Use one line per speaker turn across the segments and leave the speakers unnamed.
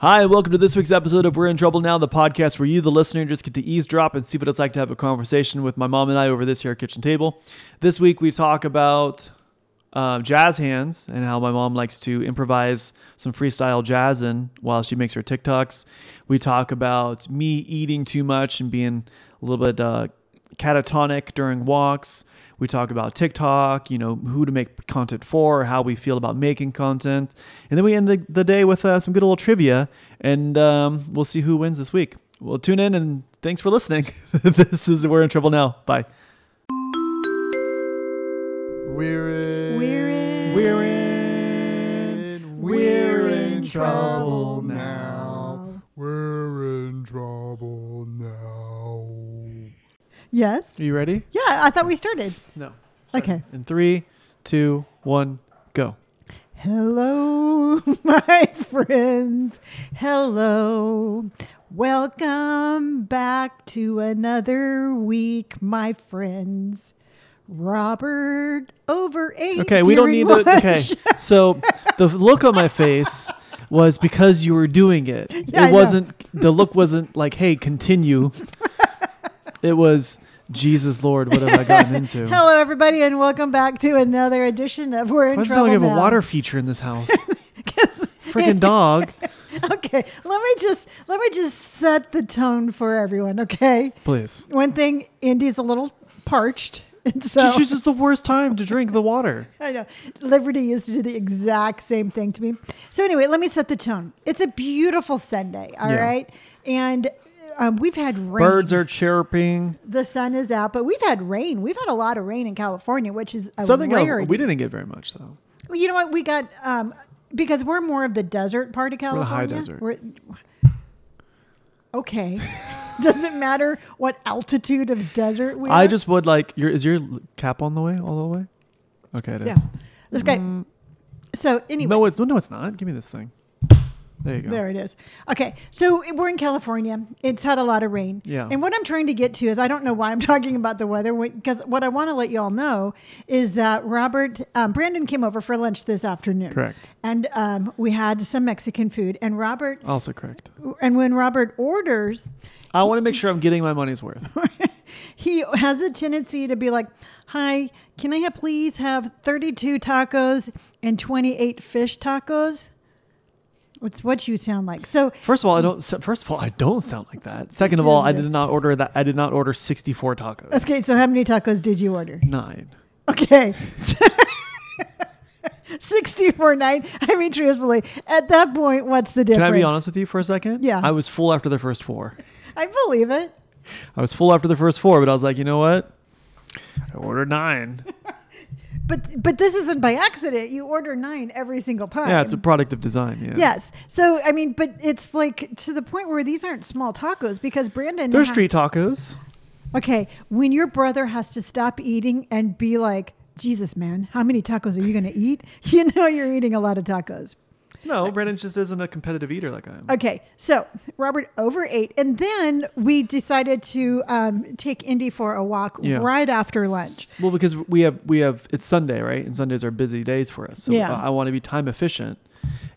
Hi, and welcome to this week's episode of We're in Trouble Now, the podcast where you, the listener, just get to eavesdrop and see what it's like to have a conversation with my mom and I over this here kitchen table. This week we talk about um, jazz hands and how my mom likes to improvise some freestyle jazz in while she makes her TikToks. We talk about me eating too much and being a little bit uh, catatonic during walks. We talk about TikTok, you know, who to make content for, how we feel about making content. And then we end the, the day with uh, some good little trivia, and um, we'll see who wins this week. Well, tune in and thanks for listening. this is We're in Trouble Now. Bye. We're in.
We're in.
We're in. We're in trouble now.
We're in trouble now.
Yes.
Are you ready?
Yeah, I thought we started.
No.
Okay.
In three, two, one, go.
Hello, my friends. Hello. Welcome back to another week, my friends. Robert over eight.
Okay, we don't
during
need to.
lunch.
Okay, so the look on my face was because you were doing it.
Yeah, I
it
know.
wasn't. The look wasn't like, "Hey, continue." it was, "Jesus Lord, what have I gotten into?"
Hello, everybody, and welcome back to another edition of We're in
Why does it
Trouble
sound like I have
now.
a water feature in this house? Freaking dog!
okay, let me just let me just set the tone for everyone. Okay,
Please.
one thing, Indy's a little parched, and so
She chooses the worst time to drink the water.
I know. Liberty used to do the exact same thing to me. So anyway, let me set the tone. It's a beautiful Sunday, all right,
Yeah.
and um, we've had rain.
Birds are chirping.
the sun is out, but we've had rain. We've had a lot of rain in California, which is a
Something
rarity.
else. We didn't get very much though.
Well, You know what? We got um, because we're more of the desert part of
the
California.
high desert.
We're- okay. Doesn't matter what altitude of desert we
I
are.
just would like your. Is your cap on the way all the way? Okay, it
yeah.
is.
Okay.
Mm,
So anyway,
No, it's no, it's not. Give me this thing. There you go.
There it is. Okay. So we're in California. It's had a lot of rain.
Yeah.
And what I'm trying to get to is I don't know why I'm talking about the weather because what I want to let you all know is that Robert, um, Brandon came over for lunch this afternoon.
Correct.
And um, we had some Mexican food. And Robert,
Also correct.
and when Robert orders,
I want to make sure I'm getting my money's worth.
he has a tendency to be like, Hi, can I have, please have 32 tacos and 28 fish tacos? It's what you sound like. So,
First of all, I don't. s- First of all, I don't sound like that. Second of all, I
Yeah.
did not order that. I did not order 64 tacos.
okay, so how many tacos did you order?
Nine.
Okay. 64 night. I mean, truthfully, at that point, what's the
Can
difference?
I be honest with you for a second?
Yeah.
I was full after the first four.
I believe it.
I was full after the first four, but I was like, you know what? I ordered nine.
But but this isn't by accident. You order nine every single time.
Yeah, it's a product of design. Yeah.
Yes. So, I mean, but it's like to the point where these aren't small tacos because Brandon.
They're
ha-
street tacos.
Okay. When your brother has to stop eating and be like, Jesus, man, how many tacos are you going to eat? You know, you're eating a lot of tacos.
No, Brandon just isn't a competitive eater like I am.
Okay, so Robert overate, and then we decided to um, take Indy for a walk
Yeah.
right after lunch.
Well, because we have we have it's Sunday, right? And Sundays are busy days for us. So
Yeah.
I, want to be time efficient,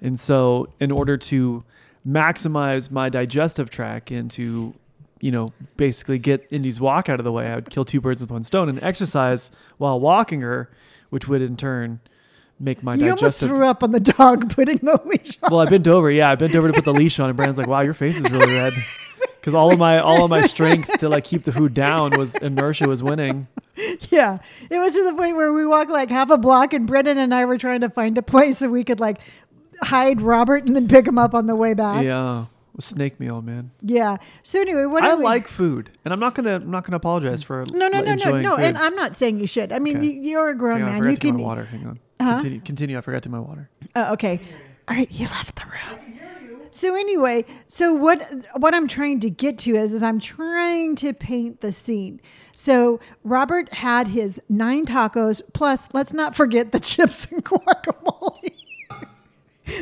and so in order to maximize my digestive tract and to, you know, basically get Indy's walk out of the way, I would kill two birds with one stone and exercise while walking her, which would in turn make my
you almost
digestive.
threw up on the dog putting the leash on.
well, I bent over. Yeah, I bent over to put the leash on, and Brandon's like, "Wow, your face is really red." Because all of my all of my strength to like keep the food down was inertia was winning.
yeah, it was to the point where we walked like half a block, and Brennan and I were trying to find a place so we could like hide Robert and then pick him up on the way back.
Yeah,
Yeah.
snake meal, man.
So anyway, what
I
did we-
like food, and I'm not gonna I'm not gonna apologize for
No, no,
li-
no, no,
enjoying
no.
Food.
And I'm not saying you should. I mean,
Okay.
you, you're a grown
Hang on, I
man.
forgot
You
to do
can.
my water. Hang on.
Huh?
Continue. Continue. I forgot to do my water.
Oh, okay. All right, he left the room. So anyway, so what what I'm trying to get to is is I'm trying to paint the scene. So Robert had his nine tacos plus let's not forget the chips and guacamole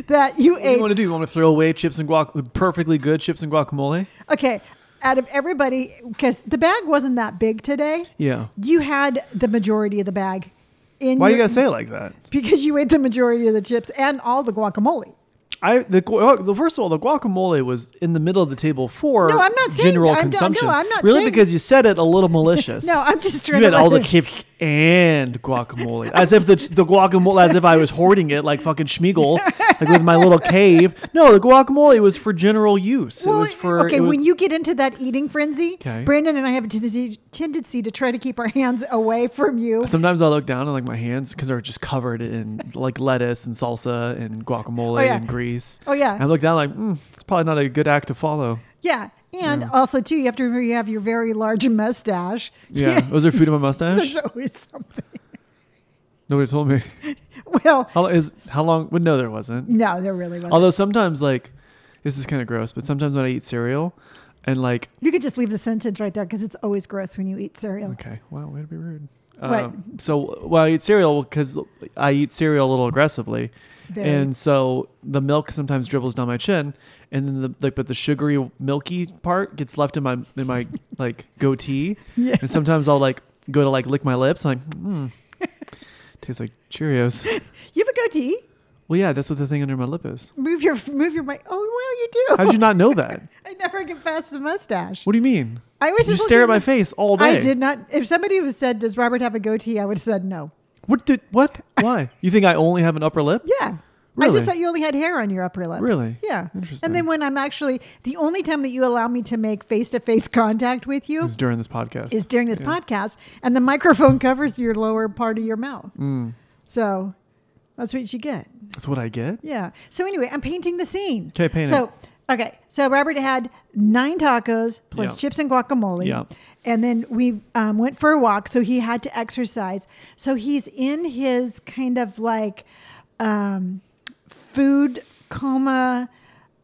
that you
What do you want to
ate.
do? You want to throw away chips and guac? Perfectly good chips and guacamole.
Okay, out of everybody cuz the bag wasn't that big today.
Yeah.
You had the majority of the bag in
Why do you
your-
gotta say it like that?
because you ate the majority of the chips and all the guacamole.
I the gu- the first of all, the guacamole was in the middle of the table for
No, I'm not saying-
general
I'm not- no,
consumption.
I'm not
really
saying-
because you said it a little malicious.
No, I'm just
you
trying
had
to
all the
let it-
chips and guacamole, as if the the guacamole, as if I was hoarding it like fucking Schmiegel, like with my little cave. No, the guacamole was for general use. it
Well,
was for
okay,
it was-
when you get into that eating frenzy,
'Kay.
Brandon and I have a tendency, tendency to try to keep our hands away from you.
Sometimes I look down and like my hands because they're just covered in like lettuce and salsa and guacamole
Oh, yeah.
and grease.
Oh, yeah.
And I look down like mm, it's probably not a good act to follow.
Yeah. And also, too, you have to remember you have your very large mustache.
Yeah, was there food in my mustache?
There's always something.
Nobody told me.
Well,
How is how long? Well, no, there wasn't.
no, there really wasn't.
Although sometimes like this is kind of gross, but sometimes when I eat cereal and like
you could just leave the sentence right there because it's always gross when you eat cereal.
okay, wow, way to be rude.
Oh. What?
Um, so well, I eat cereal because I eat cereal a little aggressively,
Very.
and so the milk sometimes dribbles down my chin, and then the like, but the sugary milky part gets left in my in my like goatee,
Yeah.
and sometimes I'll like go to like lick my lips, I'm like, mm, tastes like Cheerios.
You have a goatee.
Well, yeah, that's what the thing under my lip is.
Move your move your mic. Oh, well, you do.
How did you not know that?
I never get past the mustache.
What do you mean?
I was
You
just
stare at
looking-
my face all day.
I did not. If somebody would have said, "Does Robert have a goatee?" I would have said no.
What did? What? Why? You think I only have an upper lip?
Yeah. I
Really?
just thought you only had hair on your upper lip.
Really?
Yeah.
Interesting.
And then when I'm actually the only time that you allow me to make face to face contact with you
It's during this podcast.
is during this
Yeah.
podcast, and the microphone covers your lower part of your mouth. So that's what you get.
Mm. That's what I get.
Yeah. So anyway, I'm painting the scene.
'Kay, paint it.
So okay. So Robert had nine tacos plus
Yeah.
chips and guacamole.
Yeah.
And then we um, went for a walk, so he had to exercise. So he's in his kind of like um, food coma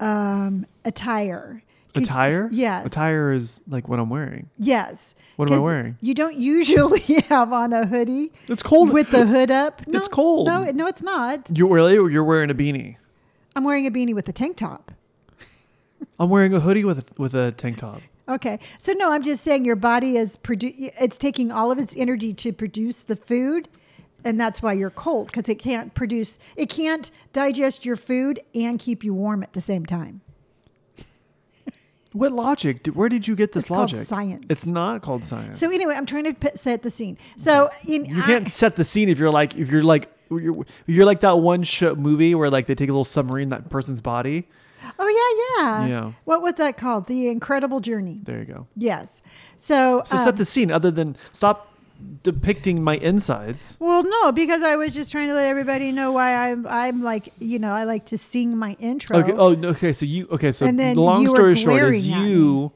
um, attire. 'Cause-
Attire?
Yes.
Attire is like what I'm wearing.
Yes.
What am I
'Cause
wearing?
You don't usually have on a hoodie
It's cold.
with the hood up.
It's cold.
No, no, it's not.
you really? You're wearing a beanie.
I'm wearing a beanie with a tank top.
I'm wearing a hoodie with a, with a tank top.
Okay. So no, I'm just saying your body is produ- it's taking all of its energy to produce the food and that's why you're cold cuz it can't produce it can't digest your food and keep you warm at the same time.
What logic? Did, where did you get this
It's called
logic?
science.
It's not called science.
So anyway, I'm trying to p- set the scene. So in
you can't set the scene if you're like if you're like you're, you're like that one show, movie where like they take a little submarine in that person's body.
I- Oh yeah, yeah.
Yeah.
What was that called? The Incredible Journey.
There you go.
Yes. So
So
um,
set the scene. Other than stop depicting my insides.
Well, no, because I was just trying to let everybody know why I'm I'm like, you know, I like to sing my intro.
Okay. Oh, no, okay. So you. Okay. So
And then
long
you were
story short is
glaring at
you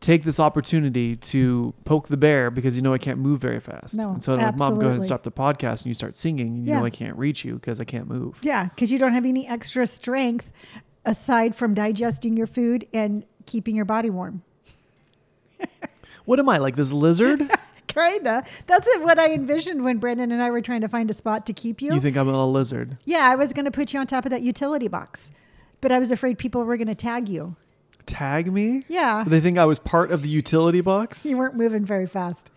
take this opportunity to poke the bear because you know I can't move very fast.
No,
and so I'm like, mom, go ahead and
absolutely.
stop the podcast, and you start singing. And you know
Yeah.
I can't reach you because I can't move.
Yeah, because you don't have any extra strength aside from digesting your food and keeping your body warm.
What am I like? This lizard?
Kinda. That's it, what I envisioned when Brandon and I were trying to find a spot to keep you.
you think I'm a lizard?
yeah, I was going to put you on top of that utility box, but I was afraid people were going to tag you.
Tag me?
Yeah,
They think I was part of the utility box.
Ah. you weren't moving very fast.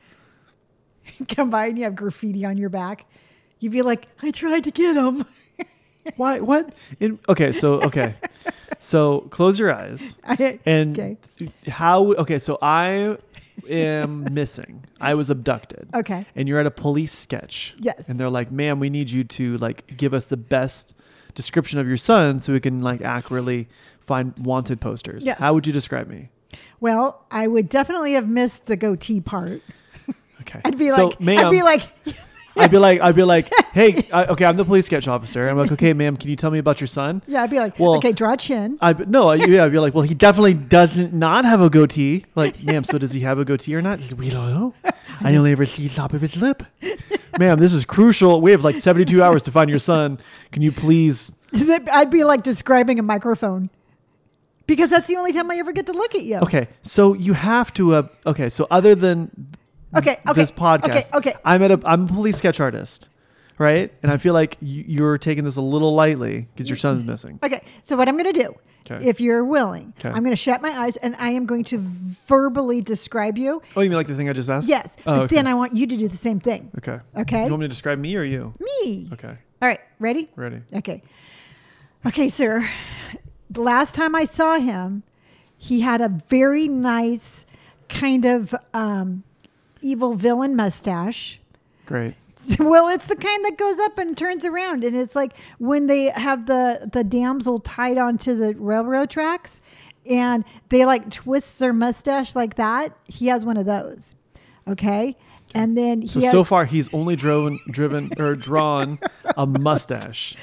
Come by and you have graffiti on your back. You'd be like, I tried to get him.
Why? What? In, okay. So okay. so close your eyes. And
okay.
how? Okay, so I am missing. I was abducted.
Okay.
And you're at a police sketch.
Yes.
And they're like, "Ma'am, we need you to like give us the best description of your son, so we can like accurately find wanted posters."
Yes.
How would you describe me?
Well, I would definitely have missed the goatee part.
Okay.
I'd be
so,
like,
"Ma'am."
I'd be like,
I'd be like, I'd be like, hey, I, okay, I'm the police sketch officer. I'm like, okay, ma'am, can you tell me about your son?
Yeah, I'd be like,
Well-
okay, draw chin.
I but no, I, yeah, I'd be like, well, he definitely doesn't not have a goatee. Like, ma'am, so does he have a goatee or not? We don't know. I only ever see the top of his lip. Ma'am, this is crucial. We have like 72 hours to find your son. Can you please?
I'd be like describing a microphone because that's the only time I ever get to look at you.
Okay, so you have to. Uh, okay, so other than
Okay. Okay.
this podcast,
Okay. Okay.
I'm at a I'm a police sketch artist, right? And I feel like you, you're taking this a little lightly because your son's missing.
Okay. So what I'm going to do,
'Kay.
if you're willing,
Okay.
I'm going to shut my eyes and I am going to verbally describe you.
Oh, you mean like the thing I just asked?
Yes.
Oh,
but
okay.
Then I want you to do the same thing.
Okay.
Okay.
You want me to describe me or you?
Me.
Okay.
All right. Ready?
Ready.
Okay. Okay, sir. the last time I saw him, he had a very nice kind of um, evil villain mustache.
Great.
Well, it's the kind that goes up and turns around, and it's like when they have the the damsel tied onto the railroad tracks, and they like twists their mustache like that. He has one of those, okay. And then he
So
has,
so far he's only driven driven or drawn a mustache.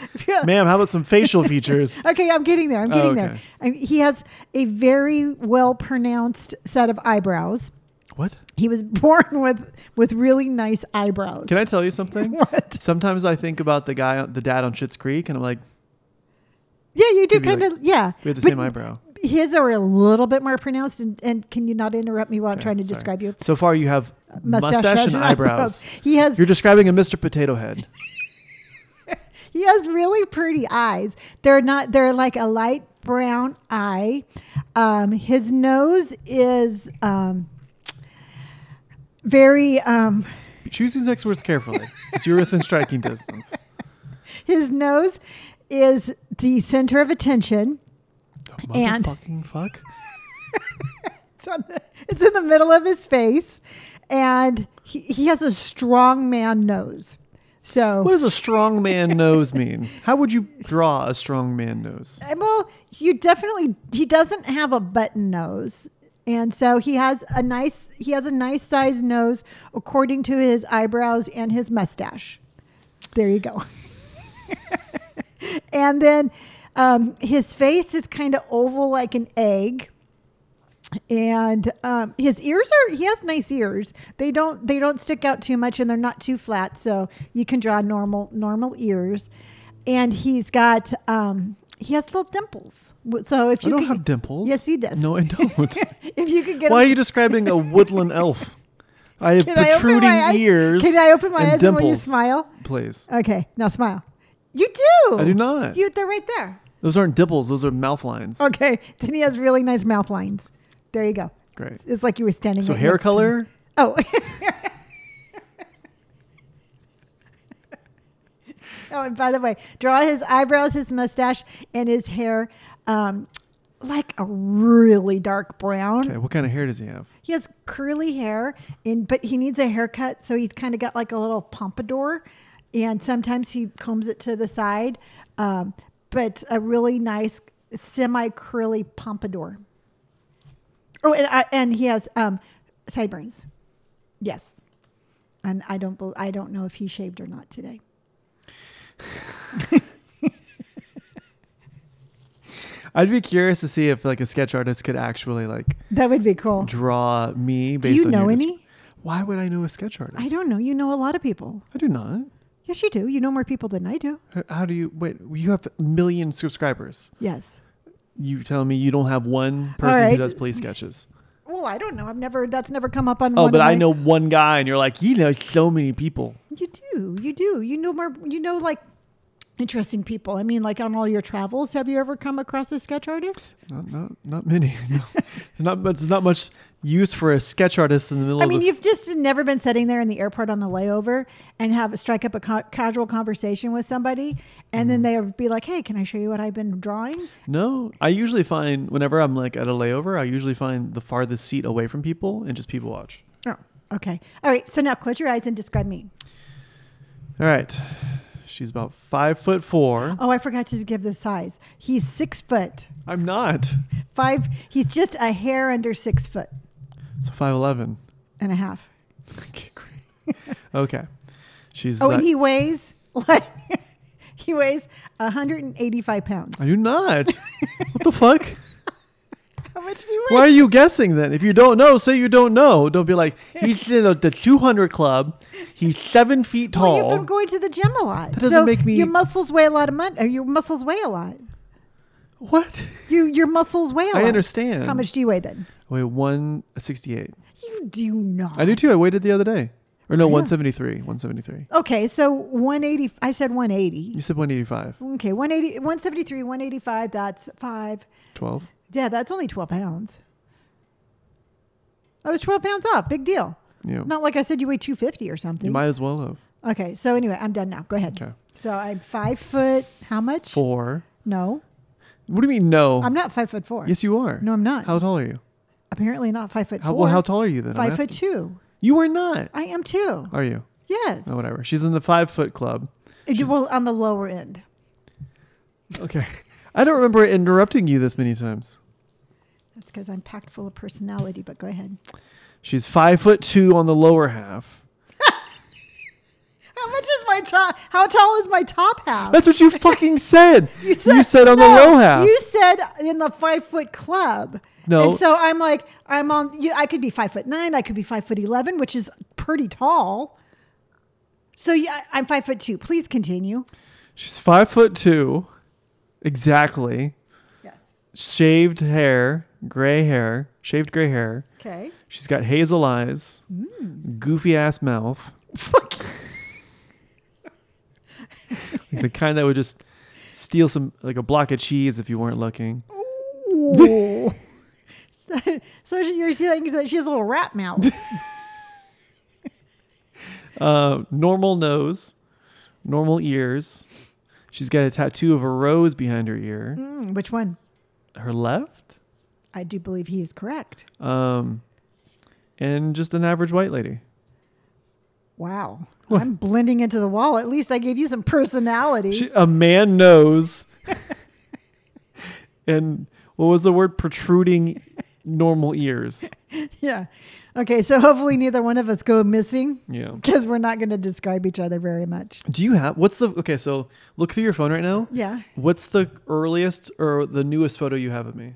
Ma'am, how about some facial features? Oh,
Okay, I'm getting there. I'm getting there.
okay.
I, he has a very well pronounced set of eyebrows.
What?
He was born with with really nice eyebrows.
Can I tell you something?
What?
Sometimes I think about the guy, the dad on Schitt's Creek, and I'm like,
Yeah, you do
Could be
kind of. yeah,
we have the
But
same eyebrow.
His are a little bit more pronounced. And, and can you not interrupt me while I'm
Okay,
trying to
sorry.
describe you?
So far, you have mustache, and, eyebrows.
He has
You're describing a Mr. Potato Head.
he has really pretty eyes. They're not. They're like a light brown eye. Um, his nose is um, very. Um,
Choose these next words carefully, because you're within striking distance.
his nose is the center of attention.
The
And-
motherfucking fuck.
It's, on the, it's in the middle of his face, and he, he has a strong man nose. So
What does a strong man nose mean? How would you draw a strong man nose?
Uh, Well, you definitely he doesn't have a button nose. And so he has a nice he has a nice sized nose according to his eyebrows and his mustache. There you go. and then um, his face is kind of oval like an egg. And um, his ears are he has nice ears. They don't they don't stick out too much and they're not too flat, so you can draw normal normal ears. And he's got um, he has little dimples. W- So if
I
you
don't
could,
have dimples.
Yes, he does.
No, I don't.
if you could get
Why are
him-
you describing a woodland elf? I have
Can I open
protruding
my eyes?
ears.
Can I open my
and
eyes
dimples.
and will you smile?
Please.
Okay, now smile. You do.
I do not.
You, they're right there.
Those aren't dimples. Those are mouth lines.
Okay, then he has really nice mouth lines. There you go.
Great.
It's like you were standing.
So
right
hair
next to me.
color.
Oh. oh, and by the way, draw his eyebrows, his mustache, and his hair um, like a really dark brown.
Okay. What kind of hair does he have?
He has curly hair, and but he needs a haircut, so he's kind of got like a little pompadour, and sometimes he combs it to the side, um, but a really nice semi curly pompadour. Oh, and I, and he has um, sideburns. Yes, and I don't bel I don't know if he shaved or not today.
I'd be curious to see if like a sketch artist could actually like
That would be cool.
draw me
Do
based
you
on
know
your desc-
any?
Why would I know a sketch artist?
I don't know. You know a lot of people.
I do not.
Yes, you do. You know more people than I do.
H- How do you wait? You have a million subscribers.
Yes.
You tell me you don't have one person who
right.
does police sketches.
Well, I don't know. I've never. That's never come up on.
Oh,
one
but
of
I
my-
know one guy, and you're like, you know, so many people.
You do. You do. You know more. You know like interesting people. I mean, like on all your travels, have you ever come across a sketch artist?
Not, not, not many. No. There's not much. There's not much use for a sketch artist in the middle.
I
of
mean,
the
you've just never been sitting there in the airport on a layover and have strike up a co- casual conversation with somebody, and then they would be like, "Hey, can I show you what I've been drawing?"
No, I usually find whenever I'm like at a layover, I usually find the farthest seat away from people and just people watch.
Oh, okay. All right. So now close your eyes and describe me.
All right, she's about five foot four.
Oh, I forgot to give the size. He's six foot
I'm not,
five. He's just a hair under six foot
so five eleven.
and a half.
Okay, great. Okay, she's.
Oh,
uh,
and he weighs like he weighs 185 pounds.
I do not. what the fuck?
How much do you weigh?
Why are you guessing then? If you don't know, say you don't know. Don't be like he's in the 200 club. He's seven feet
Well,
tall.
you've been going to the gym a lot.
That doesn't
so
make me-
Your muscles weigh a lot of money. Your muscles weigh a lot.
what?
You your muscles weigh a lot.
I understand.
How much do you weigh then?
I weigh 168.
You do not.
uh, I do too. I waited the other day. Or no,
Yeah.
173. 173.
Okay, so 180. I said 180.
You said 185.
Okay, 180, 173, 185. That's five.
12.
Yeah, that's only 12 pounds. I was 12 pounds off. Big deal.
Yeah.
Not like I said you weigh 250 or
You
something.
might as well have.
Okay, so anyway, I'm done now. Go ahead.
Okay.
So I'm five foot. How much?
Four.
No,
What do you mean no?
I'm not five foot four.
Yes, you are.
No, I'm not.
How tall are you?
Apparently not five foot
How,
four.
well, how tall are you then? I'm
Five foot
asking.
two.
You are not.
I am too.
Are you?
Yes.
No, whatever. She's in the five foot club.
It- well, on the lower end.
Okay. I don't remember interrupting you this many times.
That's because I'm packed full of personality. But go ahead.
She's five foot two on the lower half.
How much is my top? How tall is my top half?
That's what you fucking said.
You said,
on
no,
the low half.
You said in the five foot club.
No.
And so I'm like, I'm on. You, I could be five foot nine. I could be five foot eleven, which is pretty tall. So yeah, I'm five foot two. Please continue.
She's five foot two, exactly.
Yes.
Shaved hair, gray hair, shaved gray hair.
Okay.
She's got hazel eyes, goofy ass mouth,
Fuck.
the kind that would just steal some like a block of cheese if you weren't looking.
Ooh. so, so you're saying that she has a little rat mouth.
Uh, normal nose, normal ears. She's got a tattoo of a rose behind her ear,
Mm, which one?
her left,
I do believe he is correct.
um, and just an average white lady.
Wow. I'm blending into the wall. At least I gave you some personality.
She, a man nose, and what was the word? Protruding normal ears.
yeah. Okay. So hopefully neither one of us go missing
Yeah.
because we're not going to describe each other very much.
Do you have what's the okay? So look through your phone right now.
Yeah.
What's the earliest or the newest photo you have of me?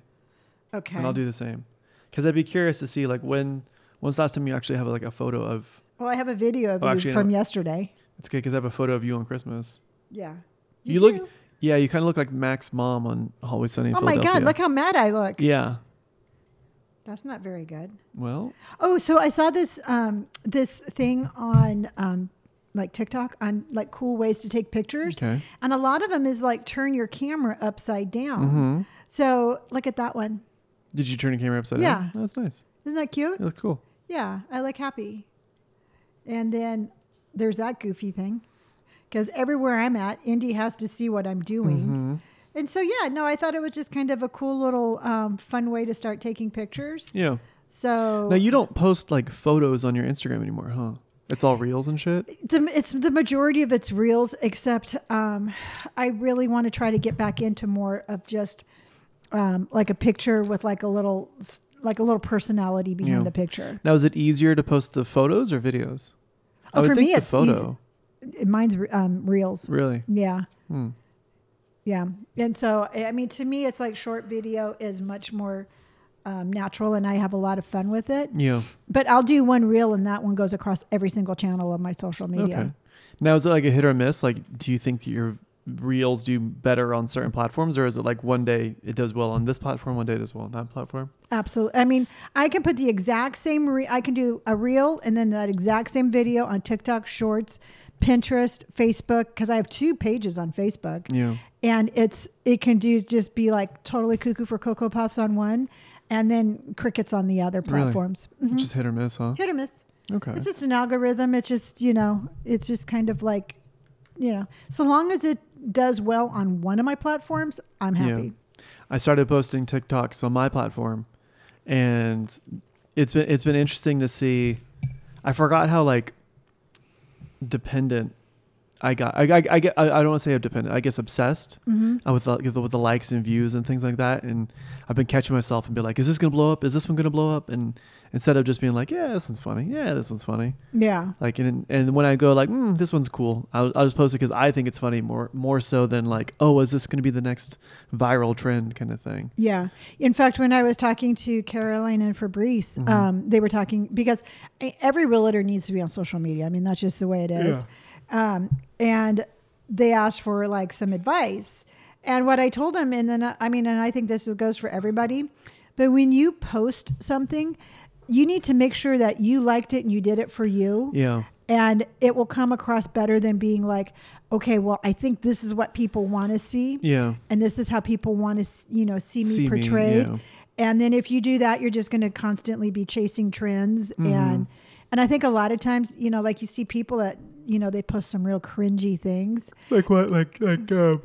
Okay.
And I'll do the same because I'd be curious to see like when when's the last time you actually have like a photo of.
well, I have a video of
Oh,
you
actually,
from
no.
yesterday.
It's good because I have a photo of you on Christmas.
Yeah.
You, look,
do.
yeah, you kind of look like Mac's mom on Always Sunny. in
Oh my God.
Philadelphia.
Look how mad I look.
Yeah.
That's not very good.
Well,
Oh, so I saw this um, this thing on um, like TikTok on like cool ways to take pictures,
Okay.
and a lot of them is like turn your camera upside down.
mhm.
So look at that one.
did you turn the camera upside
Yeah.
down? Oh, That's nice.
Isn't that cute?
You look cool.
Yeah, I like happy. And then there's that goofy thing, because everywhere I'm at, Indy has to see what I'm
Mhm.
doing. And so yeah, no, I thought it was just kind of a cool little um, fun way to start taking pictures.
Yeah.
So
Now you don't post like photos on your Instagram anymore, huh? It's all reels and shit.
the, it's the majority of it's reels, except um, I really want to try to get back into more of just um, like a picture with like a little like a little personality behind
Yeah.
the picture.
Now is it easier to post the photos or videos? I
Oh,
would
for
think
me,
the
it's
photo.
Mine's re- um, reels.
Really?
Yeah,
Hmm.
yeah. And so I mean, to me, it's like short video is much more um, natural, and I have a lot of fun with it.
Yeah.
But I'll do one reel, and that one goes across every single channel of my social media.
Okay. Now is it like a hit or miss? Like, do you think that your reels do better on certain platforms, or is it like one day it does well on this platform, one day it does well on that platform?
Absolutely. I mean, I can put the exact same. Re- I can do a reel and then that exact same video on TikTok Shorts, Pinterest, Facebook, because I have two pages on Facebook,
Yeah.
and it's it can do just be like totally cuckoo for cocoa puffs on one, and then crickets on the other
Really?
platforms. Mhm.
Just hit or miss, huh?
Hit or miss.
Okay.
It's just an algorithm. It's just you know, it's just kind of like, you know, so long as it does well on one of my platforms, I'm
Yeah.
happy.
I started posting TikToks on my platform, and it's been it's been interesting to see. I forgot how like dependent I got. I I I, get, I, I don't want to say I'm dependent. I guess obsessed
Mm-hmm.
uh, with the, with the likes and views and things like that. And I've been catching myself and be like, is this gonna blow up? Is this one gonna blow up? And instead of just being like, yeah, this one's funny. Yeah, this one's funny.
Yeah.
Like and and when I go like, mm, this one's cool, I'll, I'll just post it because I think it's funny more more so than like, oh, is this gonna be the next viral trend kind of thing.
Yeah. In fact, when I was talking to Caroline and Fabrice,
Mhm.
um, they were talking because I- every realtor needs to be on social media. I mean, that's just the way it is. Um, and they asked for like some advice. And what I told them, and then uh, I- I mean, and I think this goes for everybody, but when you post something, you need to make sure that you liked it and you did it for you
Yeah.
and it will come across better than being like okay well i think this is what people want to see
Yeah.
and this is how people want to you know see me
See me,
portrayed
yeah.
and then if you do that you're just going to constantly be chasing trends
Mhm.
and and i think a lot of times you know like you see people that you know they post some real cringy things
Like what? Like like uh,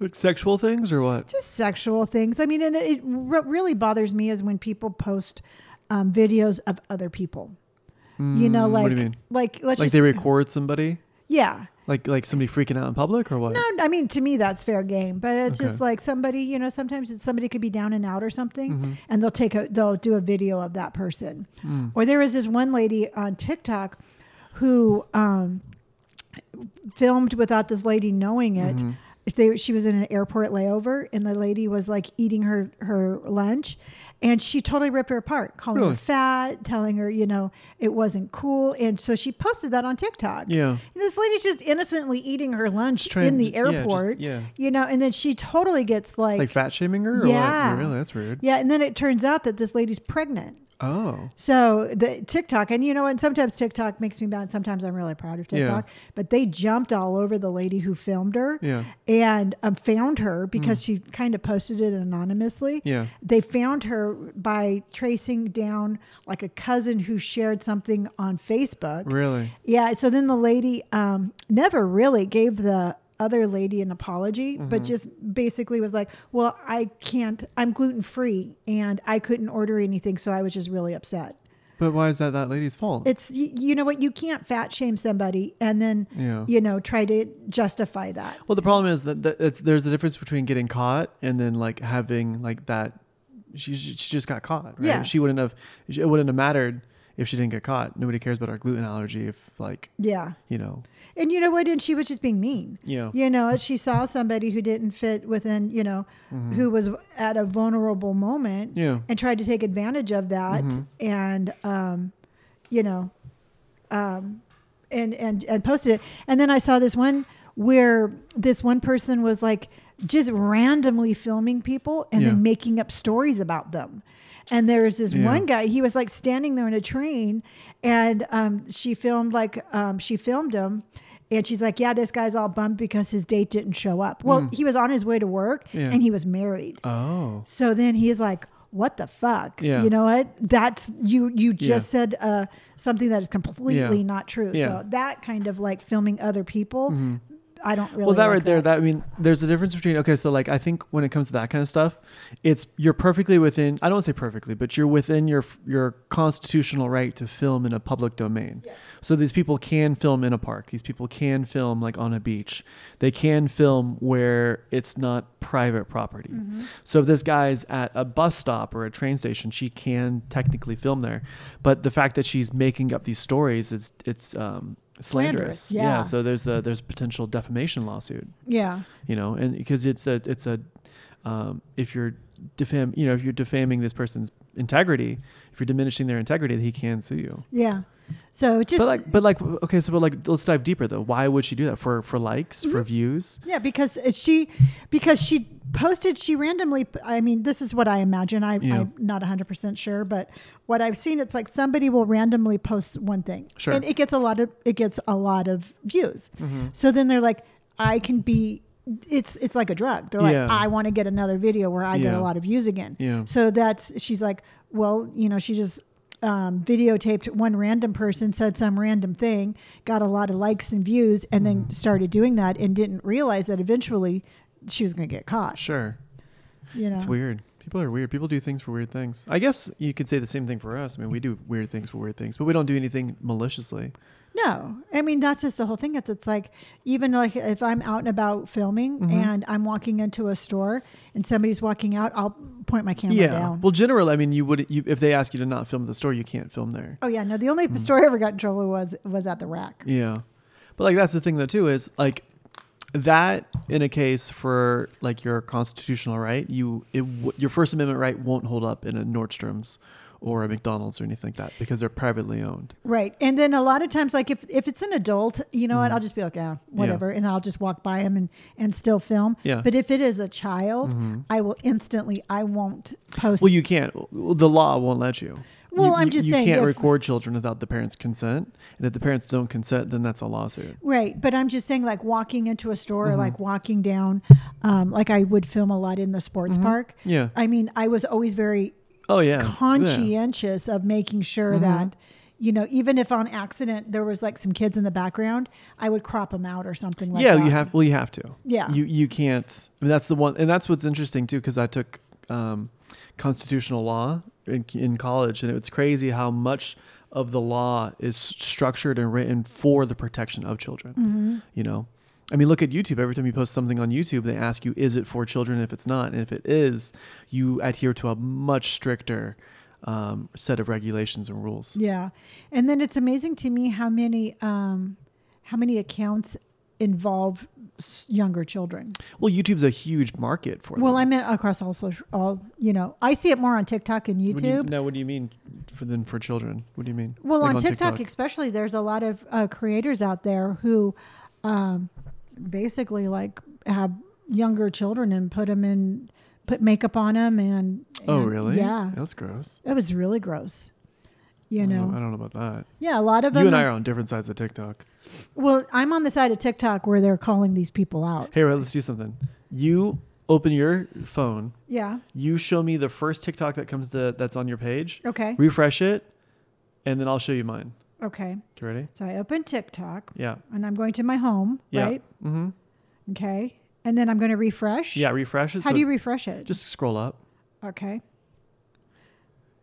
Like sexual things or what?
just sexual things. I mean, and it what really bothers me is when people post um, videos of other people. you know,
Mm,
like
what do you mean?
like let's
Like
just
they record somebody?
yeah.
Like like somebody freaking out in public or what?
No, I mean to me that's fair game, but it's just
Okay.
like somebody, you know, sometimes it's somebody could be down and out or something,
Mhm.
and they'll take a they'll do a video of that person.
Mm.
Or there was this one lady on TikTok who um, filmed without this lady knowing it.
Mhm.
They, she was in an airport layover, and the lady was like eating her her lunch, and she totally ripped her apart, calling
Really?
her fat, telling her you know it wasn't cool, and so she posted that on TikTok.
Yeah.
And this lady's just innocently eating her lunch
Trying-
in the
yeah, just-
airport,
Yeah.
you know, and then she totally gets like,
Like fat shaming her? Or
Yeah.
What? Really? That's weird.
yeah, and then it turns out that this lady's pregnant.
Oh.
So the TikTok, and you know, and sometimes TikTok makes me mad. Sometimes I'm really proud of
Yeah.
TikTok, but they jumped all over the lady who filmed her
Yeah. Mm.
and um, found her because she kind of posted it anonymously.
Yeah.
They found her by tracing down like a cousin who shared something on Facebook.
Really?
Yeah. So then the lady um, never really gave the other lady an apology,
Mm-hmm.
but just basically was like, well, I can't, I'm gluten free and I couldn't order anything. So I was just really upset.
But why is that that lady's fault?
It's, you, you know what, you can't fat shame somebody and then,
Yeah.
you know, try to justify that.
Well, the problem is that, that it's, there's a difference between getting caught and then like having like that. She she she just got caught, right?
Yeah.
She wouldn't have. It wouldn't have mattered if she didn't get caught. Nobody cares about our gluten allergy if like
Yeah.
you know.
And you know what? And she was just being mean.
Yeah.
You know, she saw somebody who didn't fit within, you know,
Mm-hmm.
who was at a vulnerable moment
Yeah.
and tried to take advantage of that
Mhm.
and um, you know um, and and and posted it and then i saw this one where this one person was like just randomly filming people and
Yeah.
then making up stories about them and there was this
Yeah.
one guy he was like standing there in a train and um, she filmed like um, she filmed him and she's like yeah this guy's all bummed because his date didn't show up well he was on his way to work
Mm. Yeah.
and he was married
Oh.
so then he's like, "What the fuck?
Yeah.
You know what? That's you. You
Yeah.
just said uh, something that is completely
Yeah.
not true.
Yeah. Mm-hmm.
So that kind of like filming other people, I don't really.
well, that
like
right there. That I mean, there's a difference between okay. So like, I think when it comes to that kind of stuff, it's you're perfectly within. I don't want to say perfectly, but you're within your your constitutional right to film in a public domain. So these people can film in a park. These people can film like on a beach. They can film where it's not private property.
Mm-hmm.
So if this guy's at a bus stop or a train station, she can technically film there. But the fact that she's making up these stories, it's it's um, slanderous.
Slanderous, yeah.
So there's a there's potential defamation lawsuit
Yeah.
you know and because it's a it's a um, if you're defam you know if you're defaming this person's integrity if you're diminishing their integrity he can sue you
Yeah. So just
but like but like okay so but like let's dive deeper though why would she do that for for likes for views
Yeah, because uh, she because she posted she randomly I mean this is what I imagine I,
Yeah.
I'm not 100% sure but what I've seen it's like somebody will randomly post one thing
Sure.
and it gets a lot of it gets a lot of views so then they're like I can be it's it's like a drug they're like
Yeah.
I want to get another video where I get
Yeah.
a lot of views again
Yeah.
so that's she's like well you know she just um, videotaped one random person said some random thing got a lot of likes and views and then
Mm-hmm.
started doing that and didn't realize that eventually she was going to get caught
sure
you know
it's weird people are weird people do things for weird things i guess you could say the same thing for us i mean we do weird things for weird things but we don't do anything maliciously
no i mean that's just the whole thing it's, it's like even like if i'm out and about filming
Mm-hmm.
and i'm walking into a store and somebody's walking out i'll point my camera down
well generally i mean you would you, if they ask you to not film at the store you can't film there
oh yeah no the only story i ever got in trouble was was at the rack
Hmm. Yeah. But like that's the thing though too is like that in a case for like your constitutional right, you it w- your first amendment right won't hold up in a Nordstrom's or a McDonald's or anything like that because they're privately owned.
Right. And then a lot of times, like if, if it's an adult, you know
Hmm.
what, I'll just be like, yeah, whatever. And I'll just walk by him and, and still film.
Yeah. Mm-hmm.
But if it is a child, I will instantly, I won't post.
Well, you can't. Well, the law won't let you.
Well,
You-
I'm
you-
just
you
saying
can't
if-
record children without the parents' consent, and if the parents don't consent, then that's a lawsuit.
right. But I'm just saying, like walking into a store
Mm-hmm.
or like walking down, um, like I would film a lot in the sports
Mm-hmm.
park.
Yeah.
I mean, I was always very
Oh yeah. Mm-hmm. Yeah.
conscientious of making sure that, you know, even if on accident there was like some kids in the background, I would crop them out or something like
yeah,
that.
you have. Well, you have to.
Yeah.
You you can't. I mean, that's the one, and that's what's interesting too, because I took um, constitutional law in, in college, and it's crazy how much of the law is structured and written for the protection of children.
Mm-hmm.
You know, I mean, look at YouTube. Every time you post something on YouTube, they ask you, "Is it for children?" If it's not, and if it is, you adhere to a much stricter um, set of regulations and rules.
Yeah. And then it's amazing to me how many um, how many accounts involve s- younger children.
Well, YouTube's a huge market for
Well,
them.
I meant across all social, all you know. I see it more on TikTok and
What do you-
YouTube.
no, what do you mean for then for children? What do you mean?
Well,
Like
on, TikTok, especially, there's a lot of uh, creators out there who um, basically like have younger children and put them in, put makeup on them, and
oh,
and-
really?
Yeah,
that's gross.
it was really gross. You
I don't-
know,
I don't know about that.
yeah, a lot of them.
You and I are on different sides of TikTok.
well, I'm on the side of TikTok where they're calling these people out.
Hey, right, let's do something. You open your phone.
Yeah.
You show me the first TikTok that comes to that's on your page.
Okay.
Refresh it, and then I'll show you mine.
Okay.
Okay, ready?
So I open TikTok
Yeah.
and I'm going to my home,
Yeah.
right?
Mm-hmm.
Okay. And then I'm going to refresh.
Yeah. Refresh it.
How
so
do you
it's-
refresh it?
just scroll up?
okay.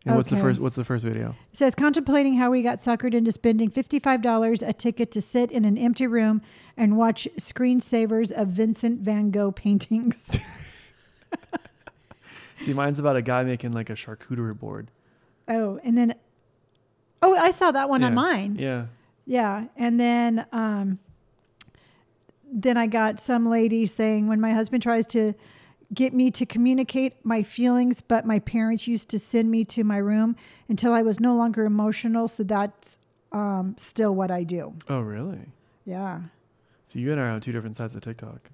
And what's the
Okay.
first? What's the first video?
It says contemplating how we got suckered into spending $55 a ticket to sit in an empty room and watch screensavers of Vincent van Gogh paintings.
See, mine's about a guy making like a charcuterie board.
oh, and then Oh, I saw that one
yeah.
on mine. Yeah.
Yeah.
And then um then I got some lady saying when my husband tries to get me to communicate my feelings, but my parents used to send me to my room until I was no longer emotional, so that's um still what I do.
Oh, really?
Yeah.
So you and I are on two different sides of TikTok.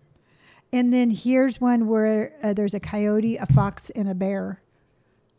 And then here's one where uh, there's a coyote, a fox, and a bear.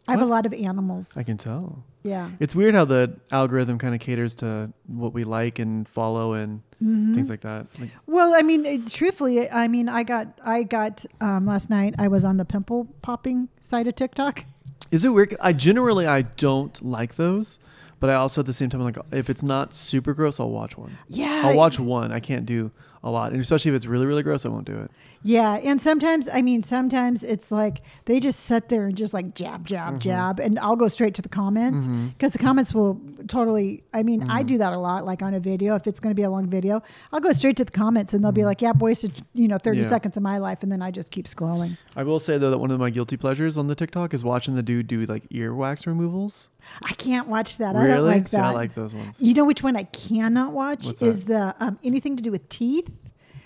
I have a
What?
lot of animals.
I can tell.
yeah.
It's weird how the algorithm kind of caters to what we like and follow and things like that. Like,
Mm-hmm. Well, I mean, it, truthfully, I mean, I got, I got um, last night. I was on the pimple popping side of TikTok.
is it weird? I generally I don't like those, but I also at the same time I'm like if it's not super gross, I'll watch one.
Yeah.
I'll watch one. I can't do a lot, and especially if it's really really gross, I won't do it.
Yeah, and sometimes, I mean, sometimes it's like they just sit there and just like jab, jab,
Mm-hmm.
jab, and I'll go straight to the comments because the comments will totally. I mean, I
Mm.
do that a lot. Like on a video, if it's going to be a long video, I'll go straight to the comments and they'll be like, "Yep, wasted, you know, thirty
Mm. Yeah.
seconds of my life," and then I just keep scrolling.
I will say though that one of my guilty pleasures on the TikTok is watching the dude do like earwax removals.
I can't watch that.
really?
I don't like
See,
that.
I like those ones.
You know which one I cannot watch
What's
is the um, anything to do with teeth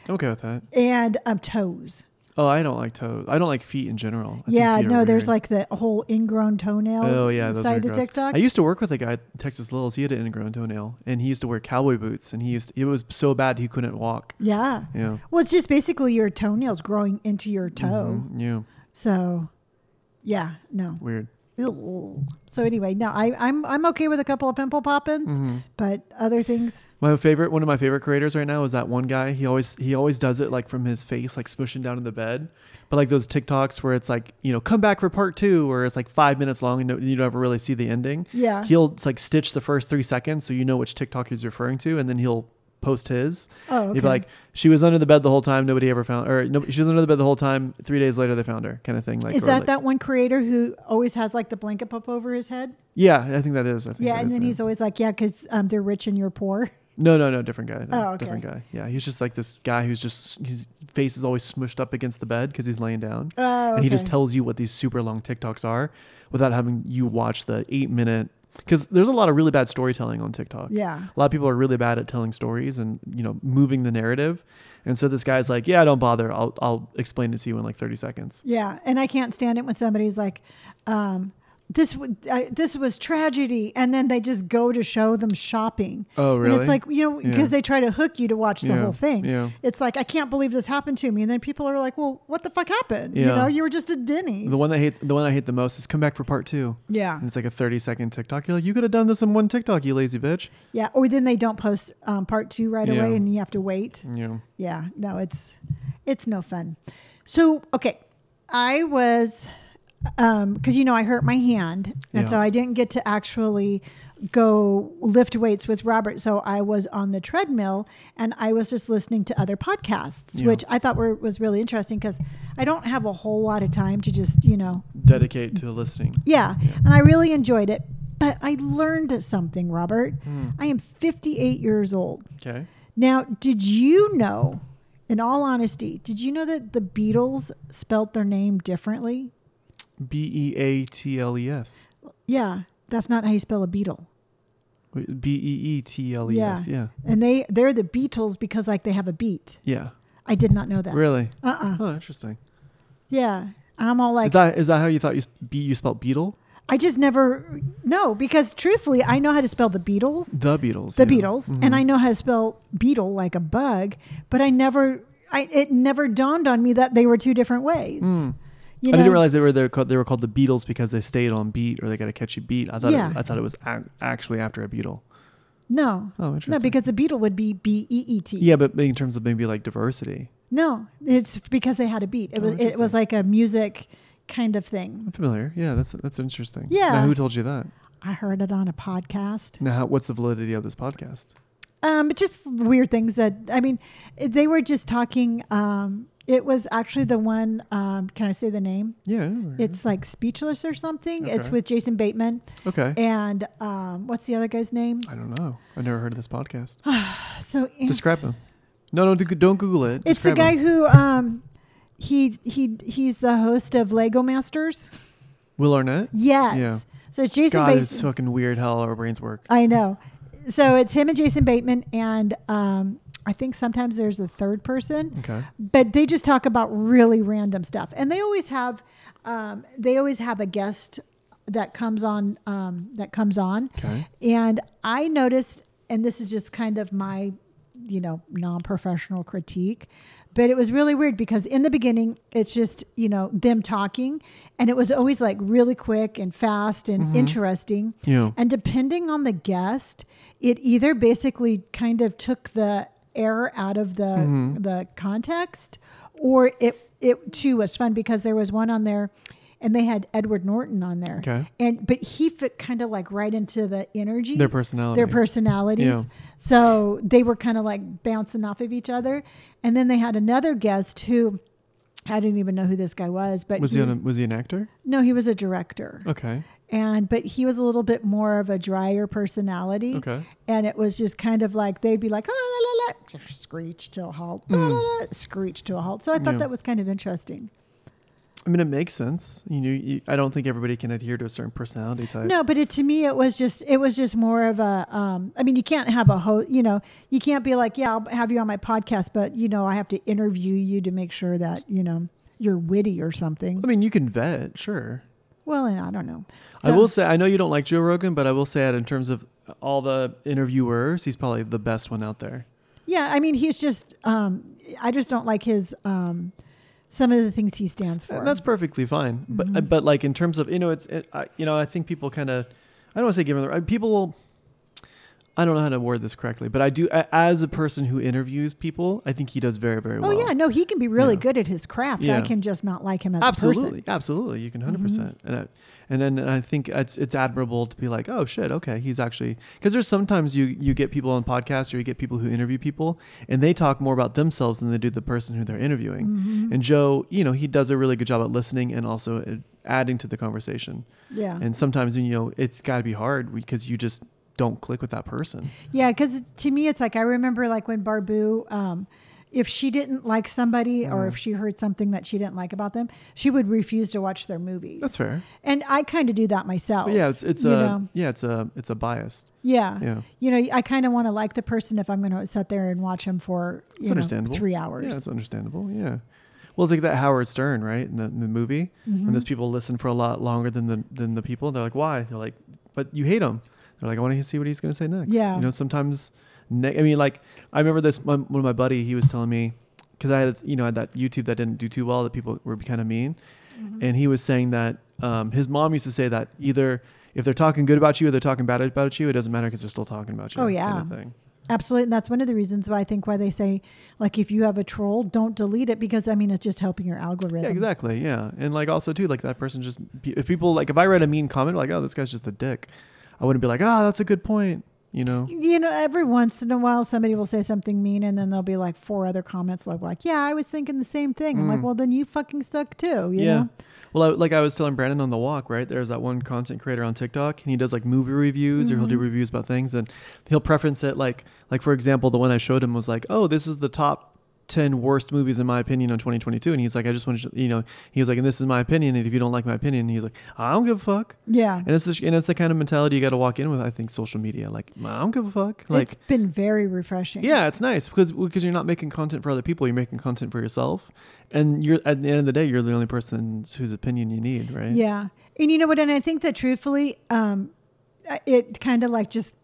I'm okay with that.
and um, toes.
Oh, I don't like toes. I don't like feet in general. I think
yeah,
feet are
no,
weird.
there's like the whole ingrown toenail
Oh yeah, those are
side of
gross.
TikTok.
I used to work with a guy, at Texas Littles. He had an ingrown toenail, and he used to wear cowboy boots, and he used it was so bad he couldn't walk.
yeah.
Yeah,
Well, it's just basically your toenails growing into your toe.
Mhm. yeah,
So, yeah, no.
weird.
Ew. So anyway, no, I, I'm I'm okay with a couple of pimple poppins,
Mm-hmm.
but other things.
My favorite, one of my favorite creators right now is that one guy. He always he always does it like from his face, like smushing down in the bed. But like those TikToks where it's like you know come back for part two, where it's like five minutes long and no, you don't ever really see the ending.
Yeah.
he'll like stitch the first three seconds so you know which TikTok he's referring to, and then he'll post his.
Oh,
He'd
okay.
be like, she was under the bed the whole time. Nobody ever found, or no, she was under the bed the whole time. Three days later, they found her, kind of thing. Like,
Is
or,
that
like-
that one creator who always has like the blanket up over his head?
Yeah, I think that is. I think
Yeah,
that
and
is
then
him.
he's always like, yeah, because um, they're rich and you're poor.
no, no, no, different guy. No,
Oh, okay.
different guy. Yeah, he's just like this guy who's just his face is always smushed up against the bed because he's laying down,
Oh,
and he just
okay.
tells you what these super long TikToks are, without having you watch the eight minute. Because there's a lot of really bad storytelling on TikTok.
Yeah.
a lot of people are really bad at telling stories and you know moving the narrative and so this guy's like yeah don't bother i'll i'll explain it to you in like 30 seconds
Yeah, and I can't stand it when somebody's like, um, "This w- I, this was tragedy," and then they just go to show them shopping.
Oh,
And
really?
it's like you know because
Yeah.
they try to hook you to watch the
Yeah,
whole thing.
yeah.
It's like I can't believe this happened to me, and then people are like, "Well, what the fuck happened? You
Yeah.
know, you were just at Denny's."
the one Mm. that hates the one i hate the most is come back for part two
yeah,
and it's like a 30 second tiktok you're like you could have done this in one tiktok you lazy bitch
yeah. Or then they don't post um, part two right
Yeah.
away, and you have to wait.
yeah
Yeah, no, it's it's no fun. So okay, I was because you know I hurt my hand, and
Yeah.
so I didn't get to actually go lift weights with Robert. So I was on the treadmill, and I was just listening to other podcasts,
Yeah.
which I thought were was really interesting because I don't have a whole lot of time to just you know
Dedicate to listening.
yeah, and I really enjoyed it. But I learned something, Robert.
Hmm.
I am 58 years old.
Okay.
Now, did you know, in all honesty, did you know that the Beatles spelt their name differently?
B E A T L E S.
Yeah, that's not how you spell a beetle.
Wait, B E E T L E
Yeah.
S. Yeah.
And they they're the Beatles because like they have a beat.
Yeah.
I did not know that.
Really?
Uh uh
Oh, interesting.
Yeah. I'm all
Is
like
that, is that how you thought you, sp- be, you spelled beetle?
I just never no, because truthfully I know how to spell the Beatles.
The Beatles.
The
yeah.
Beatles.
Mhm.
And I know how to spell beetle like a bug, but I never I it never dawned on me that they were two different ways.
Mm. I
You know?
didn't realize they were they were, called, they were called the Beatles because they stayed on beat or they got a catchy beat. I thought
Yeah.
it, I thought it was ac actually after a beetle.
No.
Oh, interesting.
No, because the beetle would be B E E T.
yeah, but in terms of maybe like diversity,
No, it's because they had a beat. It
Oh,
was it was
interesting.
like a music kind of thing.
I'm familiar. Yeah, that's that's interesting.
Yeah.
Now, who told you that?
I heard it on a podcast.
Now, how- what's the validity of this podcast?
Um, but just weird things that I mean, it- they were just talking. Um, it was actually the one. Um, can I say the name?
Yeah. yeah.
It's like Speechless or something. It's
Mm-hmm. Okay.
with Jason Bateman
okay.
and um, what's the other guy's name?
I don't know. I never heard of this podcast.
So in-
Describe him. No, no, don't don't Google it.
it's the
Describe
guy
him.
who um, he he he's the host of Lego Masters.
Will Arnett.
Yes.
Yeah.
So it's Jason
God,
Bateman.
it's fucking weird how our brains work.
I know. So it's him and Jason Bateman, and um, I think sometimes there's a third person.
Okay.
but they just talk about really random stuff and they always have um, they always have a guest that comes on um, that comes on
Okay.
and i noticed and this is just kind of my you know non-professional critique but it was really weird because in the beginning it's just you know them talking and it was always like really quick and fast and interesting
Yeah.
and depending on the guest, it either basically kind of took the air out of the the context, or it it too was fun because there was one on there, and they had Edward Norton on there.
Okay.
And but he fit kind of like right into the energy,
Their personality.
their personalities.
Yeah.
So they were kind of like bouncing off of each other, and then they had another guest who. I didn't even know who this guy was, but
Was he on a, Oh. was he an actor?
no, he was a director
Okay.
and but he was a little bit more of a drier personality.
Okay.
And it was just kind of like they'd be like la la la la, screech to a halt, la, la, la, screech to a halt. So I thought
Mm. Yeah.
that was kind of interesting.
I mean, it makes sense. You know, you, I don't think everybody can adhere to a certain personality type.
No, but it to me it was just it was just more of a. Um, I mean, you can't have a ho. You know, you can't be like, yeah, I'll have you on my podcast, but you know, I have to interview you to make sure that you know you're witty or something.
I mean, you can vet, sure.
Well, and I don't know.
I
So-
will say, I know you don't like Joe Rogan, but I will say that in terms of all the interviewers, he's probably the best one out there.
Yeah, I mean, he's just. Um, I just don't like his. Um, some of the things he stands for. Mm-hmm.
And that's perfectly fine. But uh but like in terms of you know, it's it, I, you know, I think people kind of, I don't want to say give them the right- people. will- I don't know how to word this correctly, but I do. a- As a person who interviews people, I think he does very, very
Oh
well.
yeah, no, he can be really
Yeah.
good at his craft. I
Yeah.
can just not like him as a
absolutely
person. Mm-hmm.
absolutely you can 100% percent and I, and then i think it's it's admirable to be like oh shit okay he's actually because there's sometimes you you get people on podcasts or you get people who interview people and they talk more about themselves than they do the person who they're interviewing
Mm-hmm.
and joe you know he does a really good job at listening and also at adding to the conversation
Yeah,
and sometimes you know it's got to be hard because you just don't click with that person
yeah. Because to me, it's like I remember like when Barbu, um, if she didn't like somebody or
Mm.
if she heard something that she didn't like about them, she would refuse to watch their movies.
that's fair
And I kind of do that myself.
but yeah it's it's
you
a
know?
yeah it's a it's a bias
yeah.
yeah
You know, I kind of want to like the person if I'm going to sit there and watch him for
It's
you know,
understandable.
three hours.
Yeah, it's understandable. Yeah. Well, it's like that Howard Stern, right? In the, in the movie,
Mm-hmm.
when those people listen for a lot longer than the than the people, they're like, "Why?" They're like, "But you hate him." They're like, "I want to see what he's going to say next."
Yeah.
You know, sometimes, ne- I mean, like I remember this one, one of my buddy. He was telling me because I had you know I had that YouTube that didn't do too well that people were kind of mean,
Mm-hmm.
and he was saying that um, his mom used to say that either if they're talking good about you or they're talking bad about you, it doesn't matter because they're still talking about you.
Oh,
kind
yeah.
of thing.
Absolutely. And that's one of the reasons why I think why they say, like, if you have a troll, don't delete it because I mean, it's just helping your algorithm.
Yeah, exactly. Yeah, and like also too, like that person just if people like if I read a mean comment like oh this guy's just a dick, I wouldn't be like ah that's a good point. You know,
You know, every once in a while, somebody will say something mean, and then there'll be like four other comments, like, like yeah, I was thinking the same thing. I'm like, well, then you fucking suck too.
Mm.
You
yeah.
know?
Well, I, like I was telling Brandon on the walk, right? There's that one content creator on TikTok, and he does like movie reviews, or he'll
Mm-hmm.
do reviews about things, and he'll preference it like, like for example, the one I showed him was like, "Oh, this is the top ten worst movies in my opinion on 2022," and he's like, "I just want to, you know," he was like, "And this is my opinion, and if you don't like my opinion," he's like, "I don't give a fuck."
Yeah.
And it's the, and it's the kind of mentality you got to walk in with. I think social media, like, I don't give a fuck. Like,
it's been very refreshing.
yeah, it's nice because because you're not making content for other people. You're making content for yourself, and you're at the end of the day, you're the only person whose opinion you need, right?
Yeah. And you know what? And I think that truthfully, um, I- it kind of like just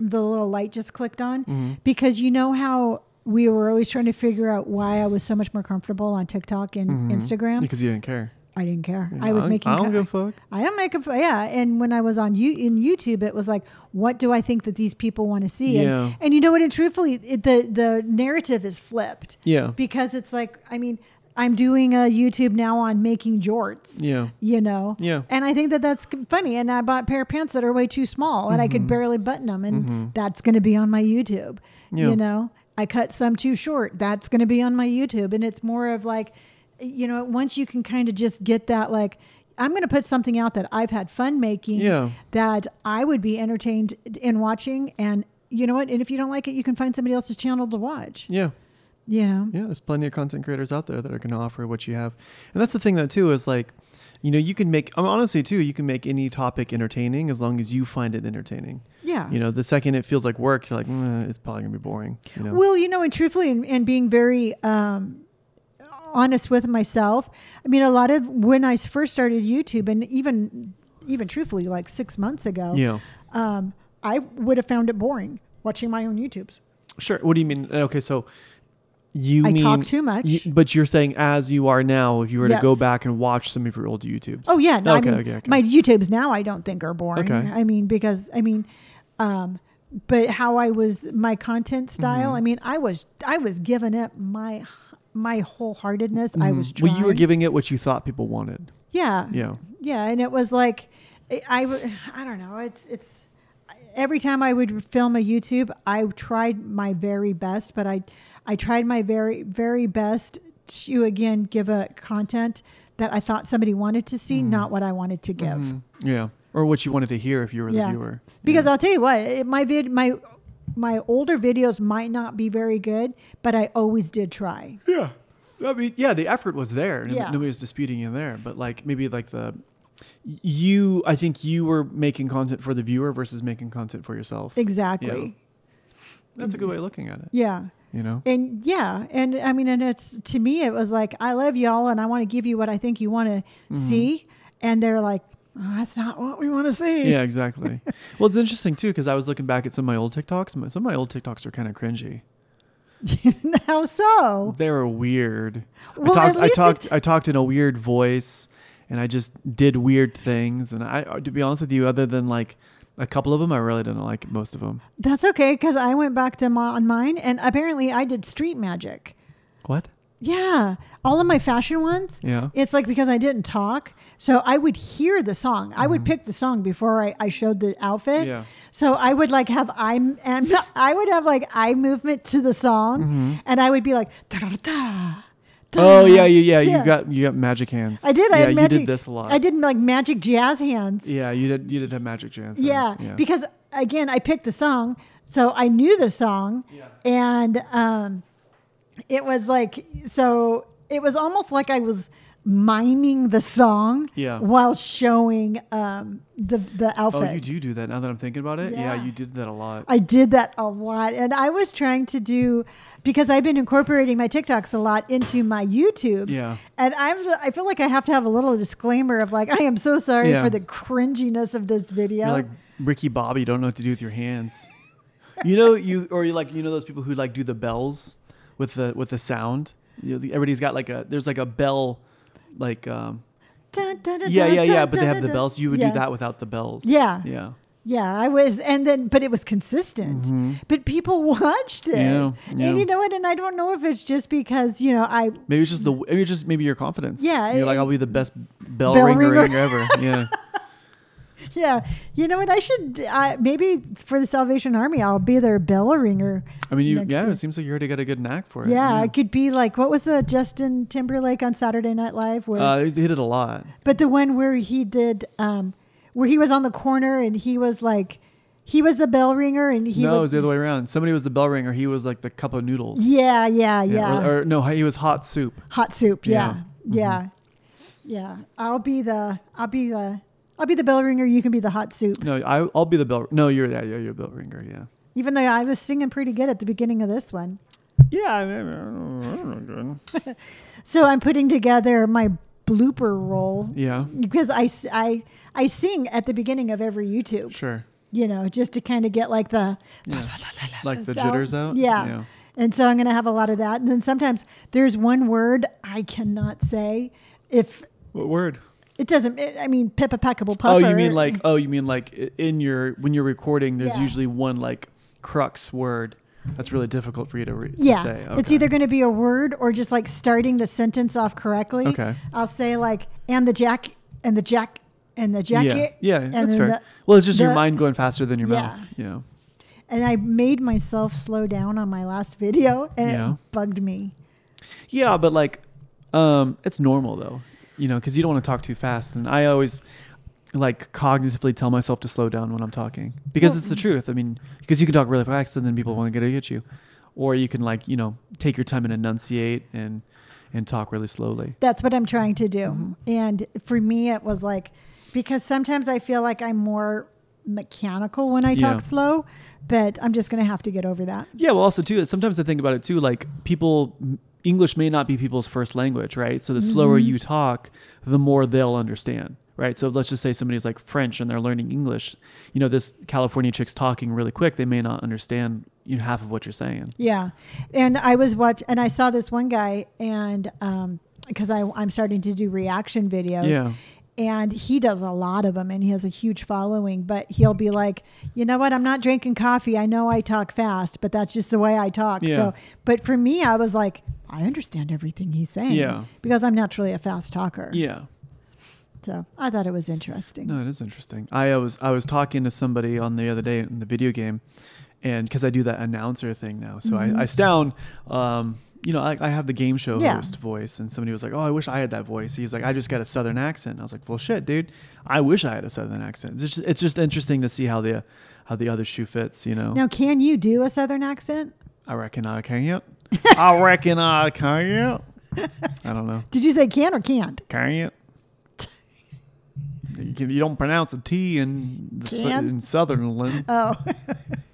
the little light just clicked on
Mm. Mm-hmm.
because you know how we were always trying to figure out why I was so much more comfortable on TikTok and Instagram.
Mm-hmm. because you didn't care.
I didn't care.
Yeah,
I
I
was
don't-
making.
I don't
co-
give a fuck.
I don't make a fu- yeah. And when I was on you in YouTube, it was like, what do I think that these people want to see?
Yeah.
And, and you know what? And truthfully, it, the the narrative is flipped
Yeah,
because it's like, I mean, I'm doing a YouTube now on making jorts.
yeah,
You know.
Yeah.
And I think that that's c- funny. And I bought a pair of pants that are way too small, and I
Mm-hmm.
could barely button them, and that's going to be on my YouTube.
Yeah.
You know, I cut some too short. That's going to be on my YouTube, and it's more of like, you know, once you can kind of just get that like. I'm going to put something out that I've had fun making
Yeah.
that I would be entertained in watching. And you know what? And if you don't like it, you can find somebody else's channel to watch.
yeah,
You know?
yeah. There's plenty of content creators out there that are going to offer what you have, and that's the thing though too is like, you know, you can make. I mean, honestly too, you can make any topic entertaining as long as you find it entertaining.
Yeah.
You know, the second it feels like work, you're like, "Mm, it's probably gonna be boring. You know,
Well, you know, and truthfully, and, and being very um, honest with myself, I mean, a lot of when I first started YouTube, and even even truthfully, like six months ago,
yeah.
um, I would have found it boring watching my own YouTubes.
Sure. What do you mean? Uh, Okay, so you
I
mean
talk too much.
you- but you're saying as you are now, if you were to go
Yes.
back and watch some of your old YouTubes.
Oh yeah, no,
okay,
I mean,
okay, okay.
my YouTubes now I don't think are boring.
Okay.
I mean because I mean, um, but how I was my content
Mm-hmm.
style. I mean, I was I was giving up my my wholeheartedness. I was
Mm-hmm. well,
trying.
you were giving it what you thought people wanted.
Yeah.
Yeah.
Yeah, and it was like, I, I w- I don't know. It's it's every time I would film a YouTube, I tried my very best, but I I tried my very very best to again give a content that I thought somebody wanted to see, not what I wanted to give.
Yeah. Or what you wanted to hear if you were the viewer.
Because
Mm-hmm. yeah.
I'll tell you what, it, my vid my my older videos might not be very good, but I always did try.
yeah. I mean, yeah, the effort was there. No-
Yeah.
Nobody was disputing you there, but like maybe like the you I think you were making content for the viewer versus making content for yourself.
Exactly.
That's a good way of looking at it,
yeah.
you know.
And yeah, and I mean, and it's to me, it was like, I love y'all and I want to give you what I think you want to see. And they're like, oh, that's not what we want to see.
yeah, exactly. well, it's interesting too because I was looking back at some of my old TikToks. My- Some of my old TikToks are kind of cringy.
How so?
They were weird.
Oh. Well,
I
at
talked. I
least
talked.
it-
I talked in a weird voice, and I just did weird things. And I, to be honest with you, other than like a couple of them, I really didn't like most of them.
That's okay. Cause I went back to my, on mine and apparently I did street magic.
What?
Yeah. All of my fashion ones.
Yeah.
It's like because I didn't talk. So I would hear the song. I would pick the song before I, I showed the outfit.
Mm-hmm. Yeah.
So I would like have eye m- and I would have like eye movement to the song and I would be like da da da.
Mm-hmm. Oh yeah, yeah, yeah. You got you got magic hands.
I did.
Yeah,
I had
you
magic,
did this a lot.
I did like magic jazz hands.
Yeah, you did. You did have magic hands.
Yeah, because again, I picked the song, so I knew the song, and um, it was like so. It was almost like I was miming the song,
Yeah.
while showing um, the the outfit.
Oh, you do do that now that I'm thinking about it. Yeah,
Yeah.
you did that a lot.
I did that a lot. And I was trying to do because I've been incorporating my TikToks a lot into my YouTubes.
Yeah.
And I'm I feel like I have to have a little disclaimer of like, I am so sorry
Yeah.
for the cringiness of this video.
You're like Ricky Bobby, don't know what to do with your hands. you know you or you like you know those people who like do the bells with the with the sound. You know, the- everybody's got like a there's like a bell like um
Dun, dun, dun,
yeah
dun,
yeah yeah
dun,
but they
dun,
have the
dun.
bells. You would
Yeah.
do that without the bells.
Yeah.
Yeah.
Yeah, I was, and then, but it was consistent. But people watched it,
Mm-hmm. Yeah, yeah.
and you know what? And I don't know if it's just because you know I
Maybe it's just the maybe it's just maybe your confidence.
Yeah,
you're like
it-
I'll be the best bell,
Bell
ringer,
ringer.
ringer ever. Yeah,
Yeah, you know what? I should I, maybe for the Salvation Army, I'll be their bell ringer.
I mean, you
next
yeah,
year.
it seems like you already got a good knack for it.
yeah, I could be like what was the Justin Timberlake on Saturday Night Live? Where,
uh, he's hit it a lot.
but the one where he did, um, where he was on the corner and he was like, he was the bell ringer and he.
no,
would-
it was the other way around. Somebody was the bell ringer. He was like the cup of noodles.
Yeah, yeah, yeah.
Or, or no, he was hot soup.
Hot soup. Yeah,
Yeah. Mm-hmm.
yeah, yeah. I'll be the. I'll be the. I'll be the bell ringer. You can be the hot soup.
No, I, I'll be the bell. No, you're yeah, you're, you're a bell ringer. Yeah.
Even though I was singing pretty good at the beginning of this one.
Yeah, I mean, I don't know, I don't know, good.
So I'm putting together my blooper roll
yeah,
because I, s- I- I sing at the beginning of every YouTube,
sure.
you know, just to kind of get like the
Yeah. like the
sound.
jitters out.
Yeah. And so I'm going to have a lot of that. And then sometimes there's one word I cannot say if
What word?
it doesn't, I mean, pip a peckable puffer.
Oh, you mean like oh, you mean like i- in your when you're recording, there's
Yeah.
usually one like crux word that's really difficult for you to, re- to
yeah,
say.
it's
Okay.
either going to be a word or just like starting the sentence off correctly.
Okay.
I'll say like, and the jack, and the jack, and the
yeah,
jacket.
yeah,
and
that's
then
fair.
the-
well, it's just your
the-
mind going faster than your
Yeah.
mouth. Yeah,
and I made myself slow down on my last video, and
Yeah.
it bugged me.
yeah, but like, um, it's normal though, you know, because you don't want to talk too fast, and I always like cognitively tell myself to slow down when I'm talking because it's the truth. I mean, because you can talk really fast and then people want to get at you, or you can like you know take your time and enunciate and and talk really slowly.
That's what I'm trying to do.
Mm-hmm.
And for me, it was like because sometimes I feel like I'm more mechanical when I
Yeah.
talk slow, but I'm just gonna have to get over that.
Yeah, well, also too. Sometimes I think about it too. Like people, English may not be people's first language, right? So the slower you talk, the more they'll understand, right? So let's just say somebody's like French and they're learning English. You know, this California chick's talking really quick. They may not understand you know, half of what you're saying.
Yeah. And I was watch and I saw this one guy and um because I I'm starting to do reaction videos.
Yeah.
And he does a lot of them and he has a huge following, but he'll be like, "You know what? I'm not drinking coffee. I know I talk fast, but that's just the way I talk."
Yeah.
So, but for me, I was like, "I understand everything he's saying."
Yeah.
Because I'm naturally a fast talker.
Yeah.
So, I thought it was interesting.
No, it is interesting. I was I was talking to somebody on the other day in the video game, and because I do that announcer thing now, so I, I sound, um, you know, I, I have the game show
Mm-hmm. Yeah.
host voice, and somebody was like, "Oh, I wish I had that voice." He's like, "I just got a southern accent." I was like, "Well, shit, dude, I wish I had a southern accent." It's just, it's just interesting to see how the how the other shoe fits, you know.
Now, can you do a southern accent?
I reckon I can't. I reckon I can't. I don't know.
Did you say can or can't?
Can't. You, can, you don't pronounce a T in the, sou-
Can't.
in Southernland.
Oh.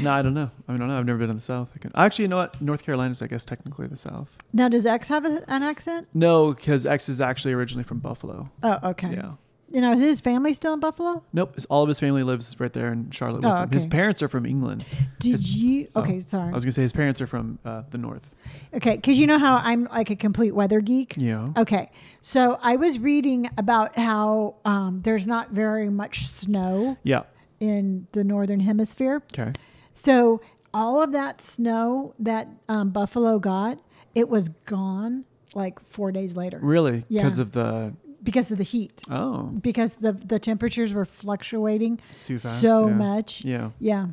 No, I don't know. I mean, I don't know. I've never been in the South. I can, actually, you know what? North Carolina's, I guess, technically the South.
now, does X have a, an accent?
No, because X is actually originally from Buffalo.
Oh, okay.
Yeah.
You know, is his family still in Buffalo?
Nope. His, all of his family lives right there in Charlotte. with
Oh,
him. His
okay.
parents are from England.
Did
His-
you?
oh,
Okay, sorry.
I was gonna say his parents are from uh, the North.
okay, because you know how I'm like a complete weather geek.
Yeah.
Okay, so I was reading about how um, there's not very much snow
Yeah.
in the northern hemisphere.
Okay.
So all of that snow that um, Buffalo got, it was gone like four days later
Really?
Yeah.
Because of the
because of the heat.
oh
Because the the temperatures were fluctuating
too fast.
so
yeah.
much.
Yeah.
Yeah.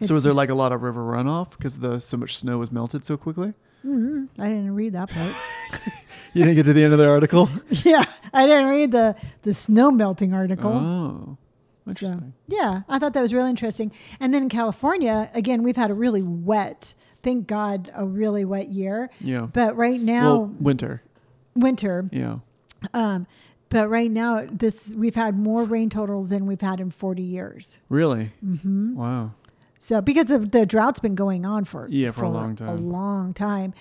so was
It's-
there like a lot of river runoff because the so much snow was melted so quickly?
Mhm. I didn't read that part.
You didn't get to the end of the article.
yeah, I didn't read the the snow melting article.
Oh,
So,
interesting.
yeah, I thought that was really interesting. And then in California, again, we've had a really wet, thank God, a really wet year.
Yeah.
But right now,
well, winter.
winter.
Yeah.
Um, but right now, this we've had more rain total than we've had in 40 years.
Really? Mm-hmm. Wow.
So because the, the drought's been going on for
Yeah, for a long time.
long time.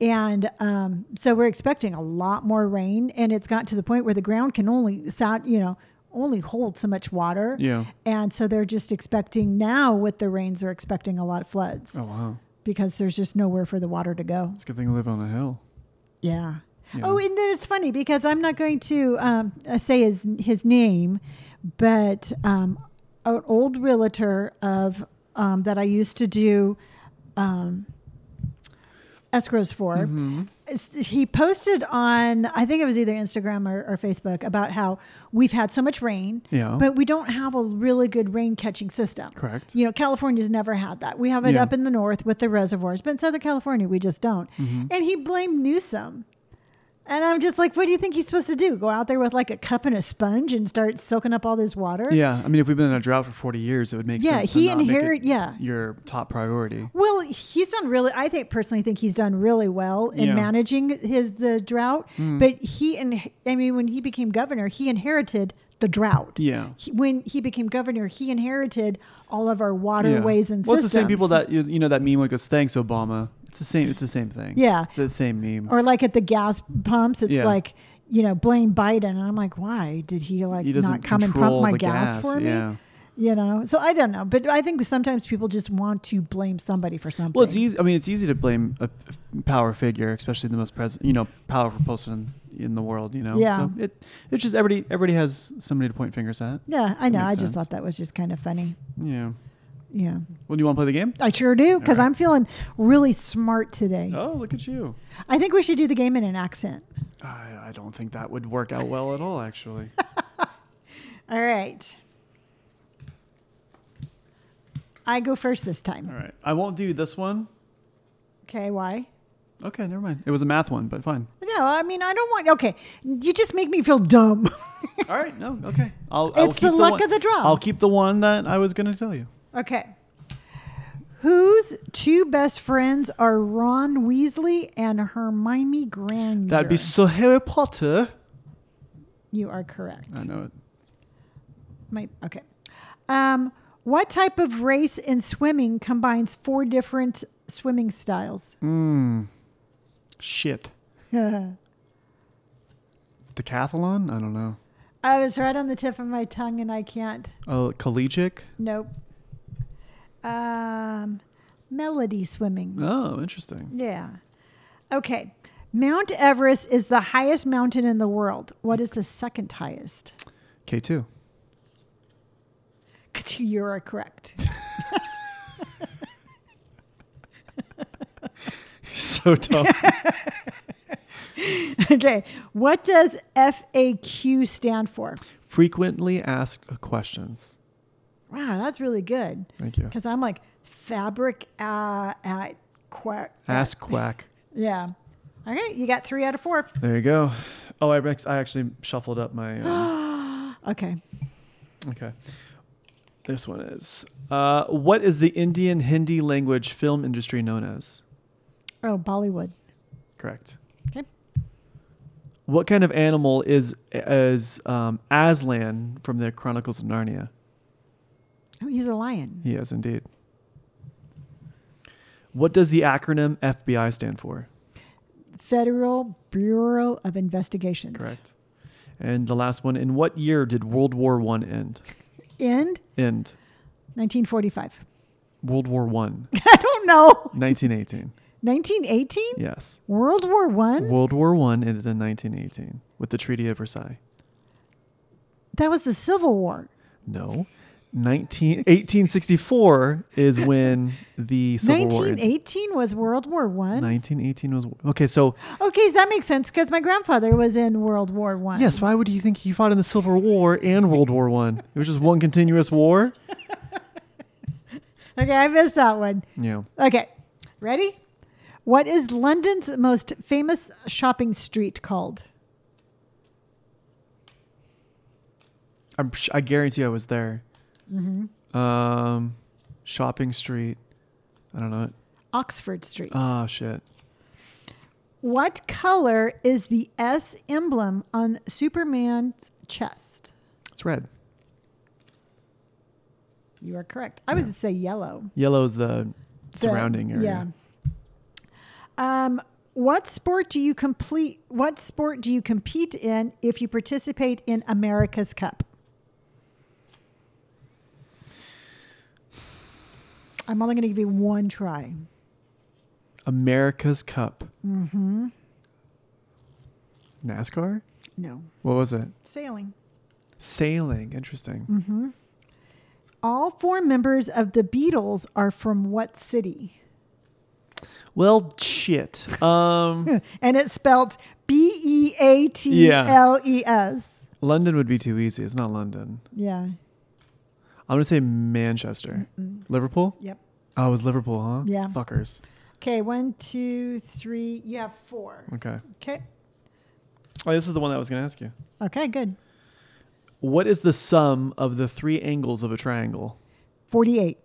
and um, so we're expecting a lot more rain, and it's gotten to the point where the ground can only sat, you know only hold so much water.
Yeah.
And so they're just expecting now with the rains they're expecting a lot of floods
Oh wow.
because there's just nowhere for the water to go.
It's a good thing to live on a hill.
Yeah.
Yeah.
Oh, and then it's funny because I'm not going to um, uh, say his his name, but um, an old realtor of um, that I used to do um, escrows for.
Mm-hmm.
S- He posted on I think it was either Instagram or, or Facebook about how we've had so much rain,
Yeah.
but we don't have a really good rain catching system.
Correct.
You know, California's never had that. We have it
Yeah.
up in the north with the reservoirs, but in Southern California we just don't.
Mm-hmm.
And he blamed Newsom. And I'm just like, what do you think he's supposed to do? Go out there with like a cup and a sponge and start soaking up all this water?
Yeah, I mean, if we've been in a drought for 40 years, it would make
Yeah,
sense. to
he
not make it
inherit- yeah.
your top priority.
Well, he's done really. I think personally think he's done really well in
Yeah. Mm.
managing his the drought. But he and I mean, when he became governor, he inherited the drought.
Yeah.
He- when he became governor, he inherited all of our waterways
yeah.
and
well,
systems.
it's the same people that you you know that meme where it goes, "Thanks, Obama." It's the same. It's the same thing.
Yeah.
it's the same meme.
or like at the gas pumps, it's
Yeah.
like you know blame Biden, and I'm like, why did he like
he doesn't
not come and pump
control
my
the
gas,
gas.
for me?
yeah.
You know, so I don't know, but I think sometimes people just want to blame somebody for something.
Well, it's easy. I mean, it's easy to blame a p- power figure, especially the most present, you know, powerful person in the world. You know,
Yeah.
So it it's just everybody everybody has somebody to point fingers at.
Yeah, I know.
makes
I just
sense.
thought that was just kind of funny.
Yeah.
Yeah.
Well, do you want to play the game?
I sure do, because
All right.
I'm feeling really smart today.
Oh, look at you.
I think we should do the game in an accent.
I, I don't think that would work out well at all, actually.
All right. I go first this time.
all right. I won't do this one.
Okay, why?
Okay, never mind. It was a math one, but fine.
No, I mean, I don't want. Okay, you just make me feel dumb.
All right, no, okay. I'll, I'll
It's
keep
the luck
one-
of the draw.
I'll keep the one that I was going to tell you.
okay. Whose two best friends are Ron Weasley and Hermione Granger?
That'd be so Harry Potter.
You are correct.
I know it.
Might okay. Um, what type of race in swimming combines four different swimming styles?
Mm. Shit.
I
Decathlon? I don't know.
was right on the tip of my tongue and I can't.
Oh, collegiate?
Nope. Um, melody swimming.
Oh, interesting.
Yeah. Okay. Mount Everest is the highest mountain in the world. What is the second highest?
K2.
You are correct.
so dumb.
okay. What does FAQ stand for?
Frequently asked questions.
Wow, that's really good.
Thank you.
Because I'm like fabric uh, at quack.
Ask quack.
Yeah. All right, you got three out of four.
There you go. Oh, I, rex- I actually shuffled up my. Um,
Okay.
okay. This one is. Uh, what is the Indian Hindi language film industry known as?
Oh, Bollywood.
Correct.
Okay.
What kind of animal is as um, Aslan from the Chronicles of Narnia?
Oh, he's a lion.
He is indeed. What does the acronym FBI stand for?
Federal Bureau of Investigations.
Correct. And the last one. In what year did World War One end?
End
End.
1945.
World War One.
I don't know.
1918.
1918?
Yes.
World War One.
World War One ended in 1918 with the Treaty of Versailles.
That was the Civil War.
No. 19, 1864 is when the Civil War ended.
1918 was World War One.
1918 was okay. So
Okay, so that makes sense because my grandfather was in World War One.
yes, why would you think he fought in the Civil War and World War One? It was just one continuous war.
Okay, I missed that one.
Yeah,
Okay, ready? What is London's most famous shopping street called?
I'm, sh- I guarantee I was there.
Mm-hmm.
Um, shopping street. I don't know it.
Oxford Street.
Oh shit.
what color is the S emblem on Superman's chest?
It's red.
You are correct. I was to say yellow.
Yellow is the
The-
surrounding area.
Yeah. Um, what sport do you complete? What sport do you compete in if you participate in America's Cup? I'm only going to give you one try.
America's Cup. Mm-hmm. NASCAR.
No.
What was it?
Sailing. Mm.
Sailing. Interesting.
Mm-hmm. all four members of the Beatles are from what city?
Well, shit. Um,
And it's spelled B E A T L E S.
London would be too easy. It's not London.
Yeah.
I'm gonna say Manchester, Liverpool.
Yep.
Oh, it was Liverpool, huh?
Yeah.
Fuckers.
Okay. One, two, three. You have four.
Okay.
Okay.
Oh, this is the one that I was gonna ask you.
Okay. Good.
What is the sum of the three angles of a triangle?
48.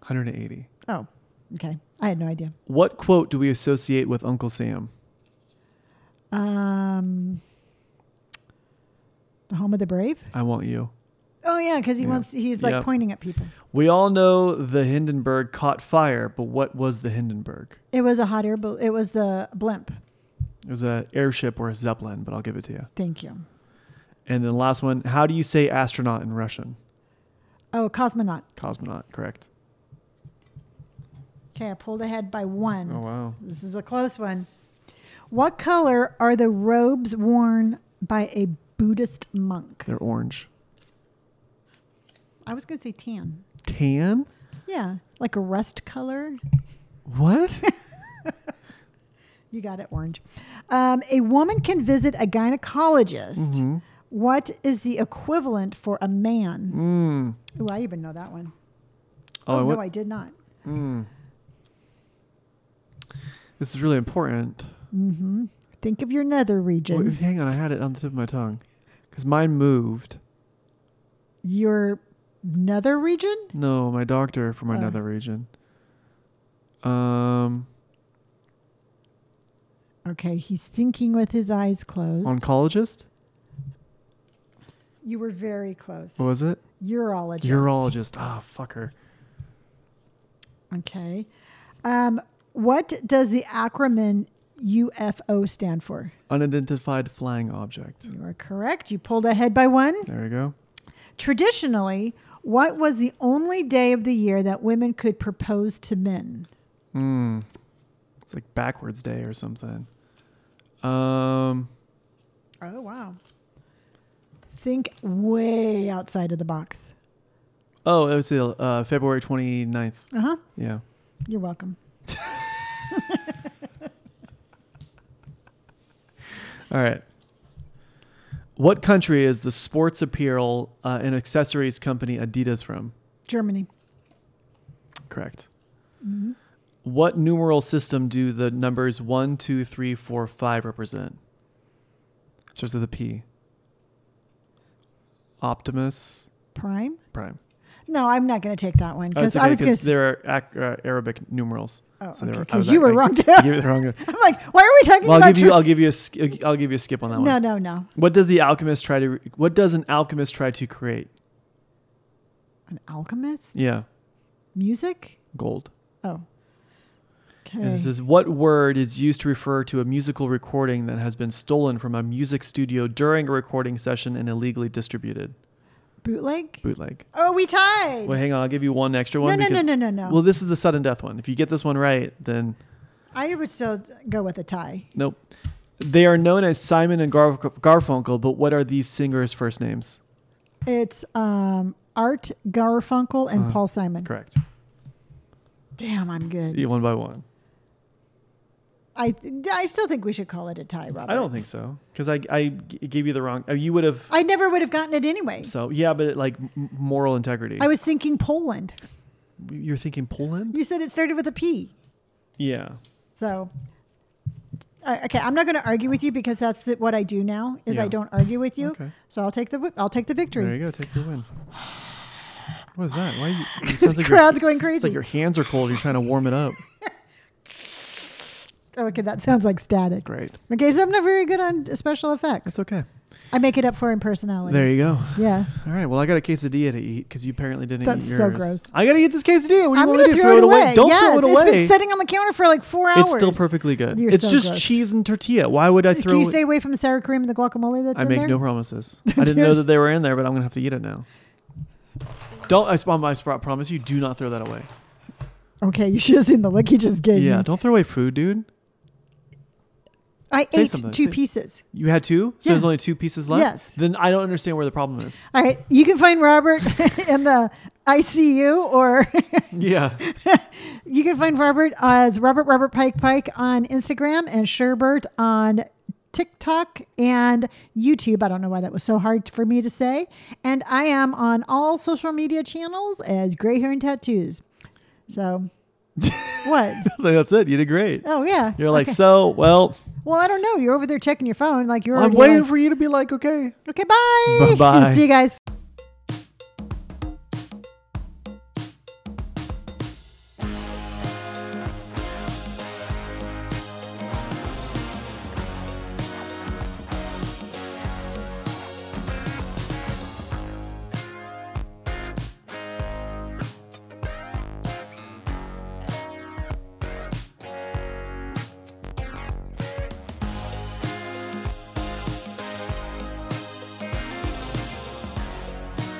180.
Oh, okay. I had no idea.
What quote do we associate with Uncle Sam?
Um, the home of the brave.
I want you.
Oh yeah, because he
Yeah.
wants. He's like
Yep.
pointing at people.
We all know the Hindenburg caught fire, but what was the Hindenburg?
It was a hot air. bal- It was the blimp.
It was a airship or a zeppelin, but I'll give it to you.
Thank you.
And then last one, how do you say astronaut in Russian?
Oh, cosmonaut.
Cosmonaut, correct.
Okay, I pulled ahead by one.
Oh wow.
This is a close one. What color are the robes worn by a Buddhist monk?
They're orange.
I was going to say tan.
Tan?
Yeah, like a rust color.
What?
You got it, orange. Um, a woman can visit a gynecologist.
Mhm.
What is the equivalent for a man?
mm.
Ooh, I even know that one.
Oh, I
Oh,
went,
no, I did not.
mm. This is really important.
Mm-hmm. Think of your nether region.
Wait, hang on, I had it on the tip of my tongue. Because mine moved.
Your nether region?
No, my doctor from
Oh.
another region. Um,
Okay, he's thinking with his eyes closed.
oncologist?
you were very close.
What was it?
Urologist.
Urologist. Ah, fucker.
Okay. Um, what does the acronym UFO stand for?
Unidentified flying object.
You are correct. You pulled ahead by one.
There we go.
Traditionally, what was the only day of the year that women could propose to men?
Mm. It's like backwards day or something. Um,
Oh, wow. Think way outside of the box.
oh, it was uh, February 29th.
Uh huh.
Yeah.
You're welcome.
All right. What country is the sports apparel uh, and accessories company Adidas from?
Germany.
Correct.
Mhm.
What numeral system do the numbers one, two, three, four, five represent? Starts with a P. Optimus
Prime?
Prime.
No, I'm not going to take that one
Oh, it's
because
okay,
I was going to.
there are ac- uh, Arabic numerals.
Oh,
they
okay,
were- I
'cause
was
you were
ac-
wrong
I-
too.
You were wrong.
I'm like, why are we talking
Well,
about?
I'll give you.
Tur-
I'll give you a. sk- I'll give you a skip on that
no,
one.
no, no.
What does the alchemist try to? Re- what does an alchemist try to create?
An alchemist?
Yeah,
Music?
gold.
Oh.
And
Okay.
this is what word is used to refer to a musical recording that has been stolen from a music studio during a recording session and illegally distributed?
bootleg?
Bootleg.
oh, we tied.
Well, hang on. I'll give you one extra
no,
one.
no, no,
because-
no, no, no.
Well, this is the sudden death one. If you get this one right, then
I would still go with a tie.
nope. They are known as Simon and Gar- Garfunkel, but what are these singers' first names?
It's um, Art Garfunkel and
Uh-huh.
Paul Simon.
Correct.
Damn, I'm good.
Yeah, One by one.
I th- I still think we should call it a tie, Robert.
I don't think so because I, I g- gave you the wrong. uh, You would have.
I never would have gotten it anyway.
So yeah, but it, like m- moral integrity.
I was thinking Poland.
You're thinking Poland.
You said it started with a P.
Yeah.
So, uh, okay, I'm not going to argue with you because that's the, what I do now. Is I
Yeah.
don't argue with you.
Okay.
So I'll take the wi- I'll take the victory.
There you go. Take your win. What is that? Why? You, it sounds
the
like your,
crowd's going
it's
crazy.
like your hands are cold. You're trying to warm it up.
okay, that sounds like static.
Great.
Okay, so I'm not very good on special effects.
That's okay.
I make it up for in personality.
There you go.
yeah.
All right. Well, I got a quesadilla to eat because you apparently didn't
That's
eat yours.
so gross.
I gotta eat this quesadilla. What Oh, do
I'm
you want me
going
to
to
do? Throw it away. Don't
yes,
throw it away.
It's been sitting on the counter for like four hours.
It's still perfectly good.
You're
it's
so
just
gross.
cheese and tortilla. Why would I throw?
Can you
it-
stay away from the sour cream and the guacamole that's
I
in
make
there?
no promises. I didn't know
There's-
that they were in there, but I'm gonna have to eat it now. Don't I spot my spot promise you do not throw that away.
okay, you should have seen the look he just gave
Yeah,
me.
don't throw away food, dude.
I
Say
ate
something,
two
say-
pieces.
You had two, so
Yeah.
there's only two pieces left.
Yes.
Then I don't understand where the problem is.
All right, you can find Robert in the ICU, or
Yeah.
you can find Robert as Robert Robert Pike Pike on Instagram and Sherbert on TikTok and YouTube. I don't know why that was so hard for me to say. And I am on all social media channels as Gray Hair and Tattoos. So, what?
That's it. You did great.
Oh yeah,
You're like,
Okay.
so, well,
Well, I don't know. You're over there checking your phone, like you're.
I'm
already
waiting
like-
for you to be like, okay.
Okay, bye.
Bye-bye.
See you guys.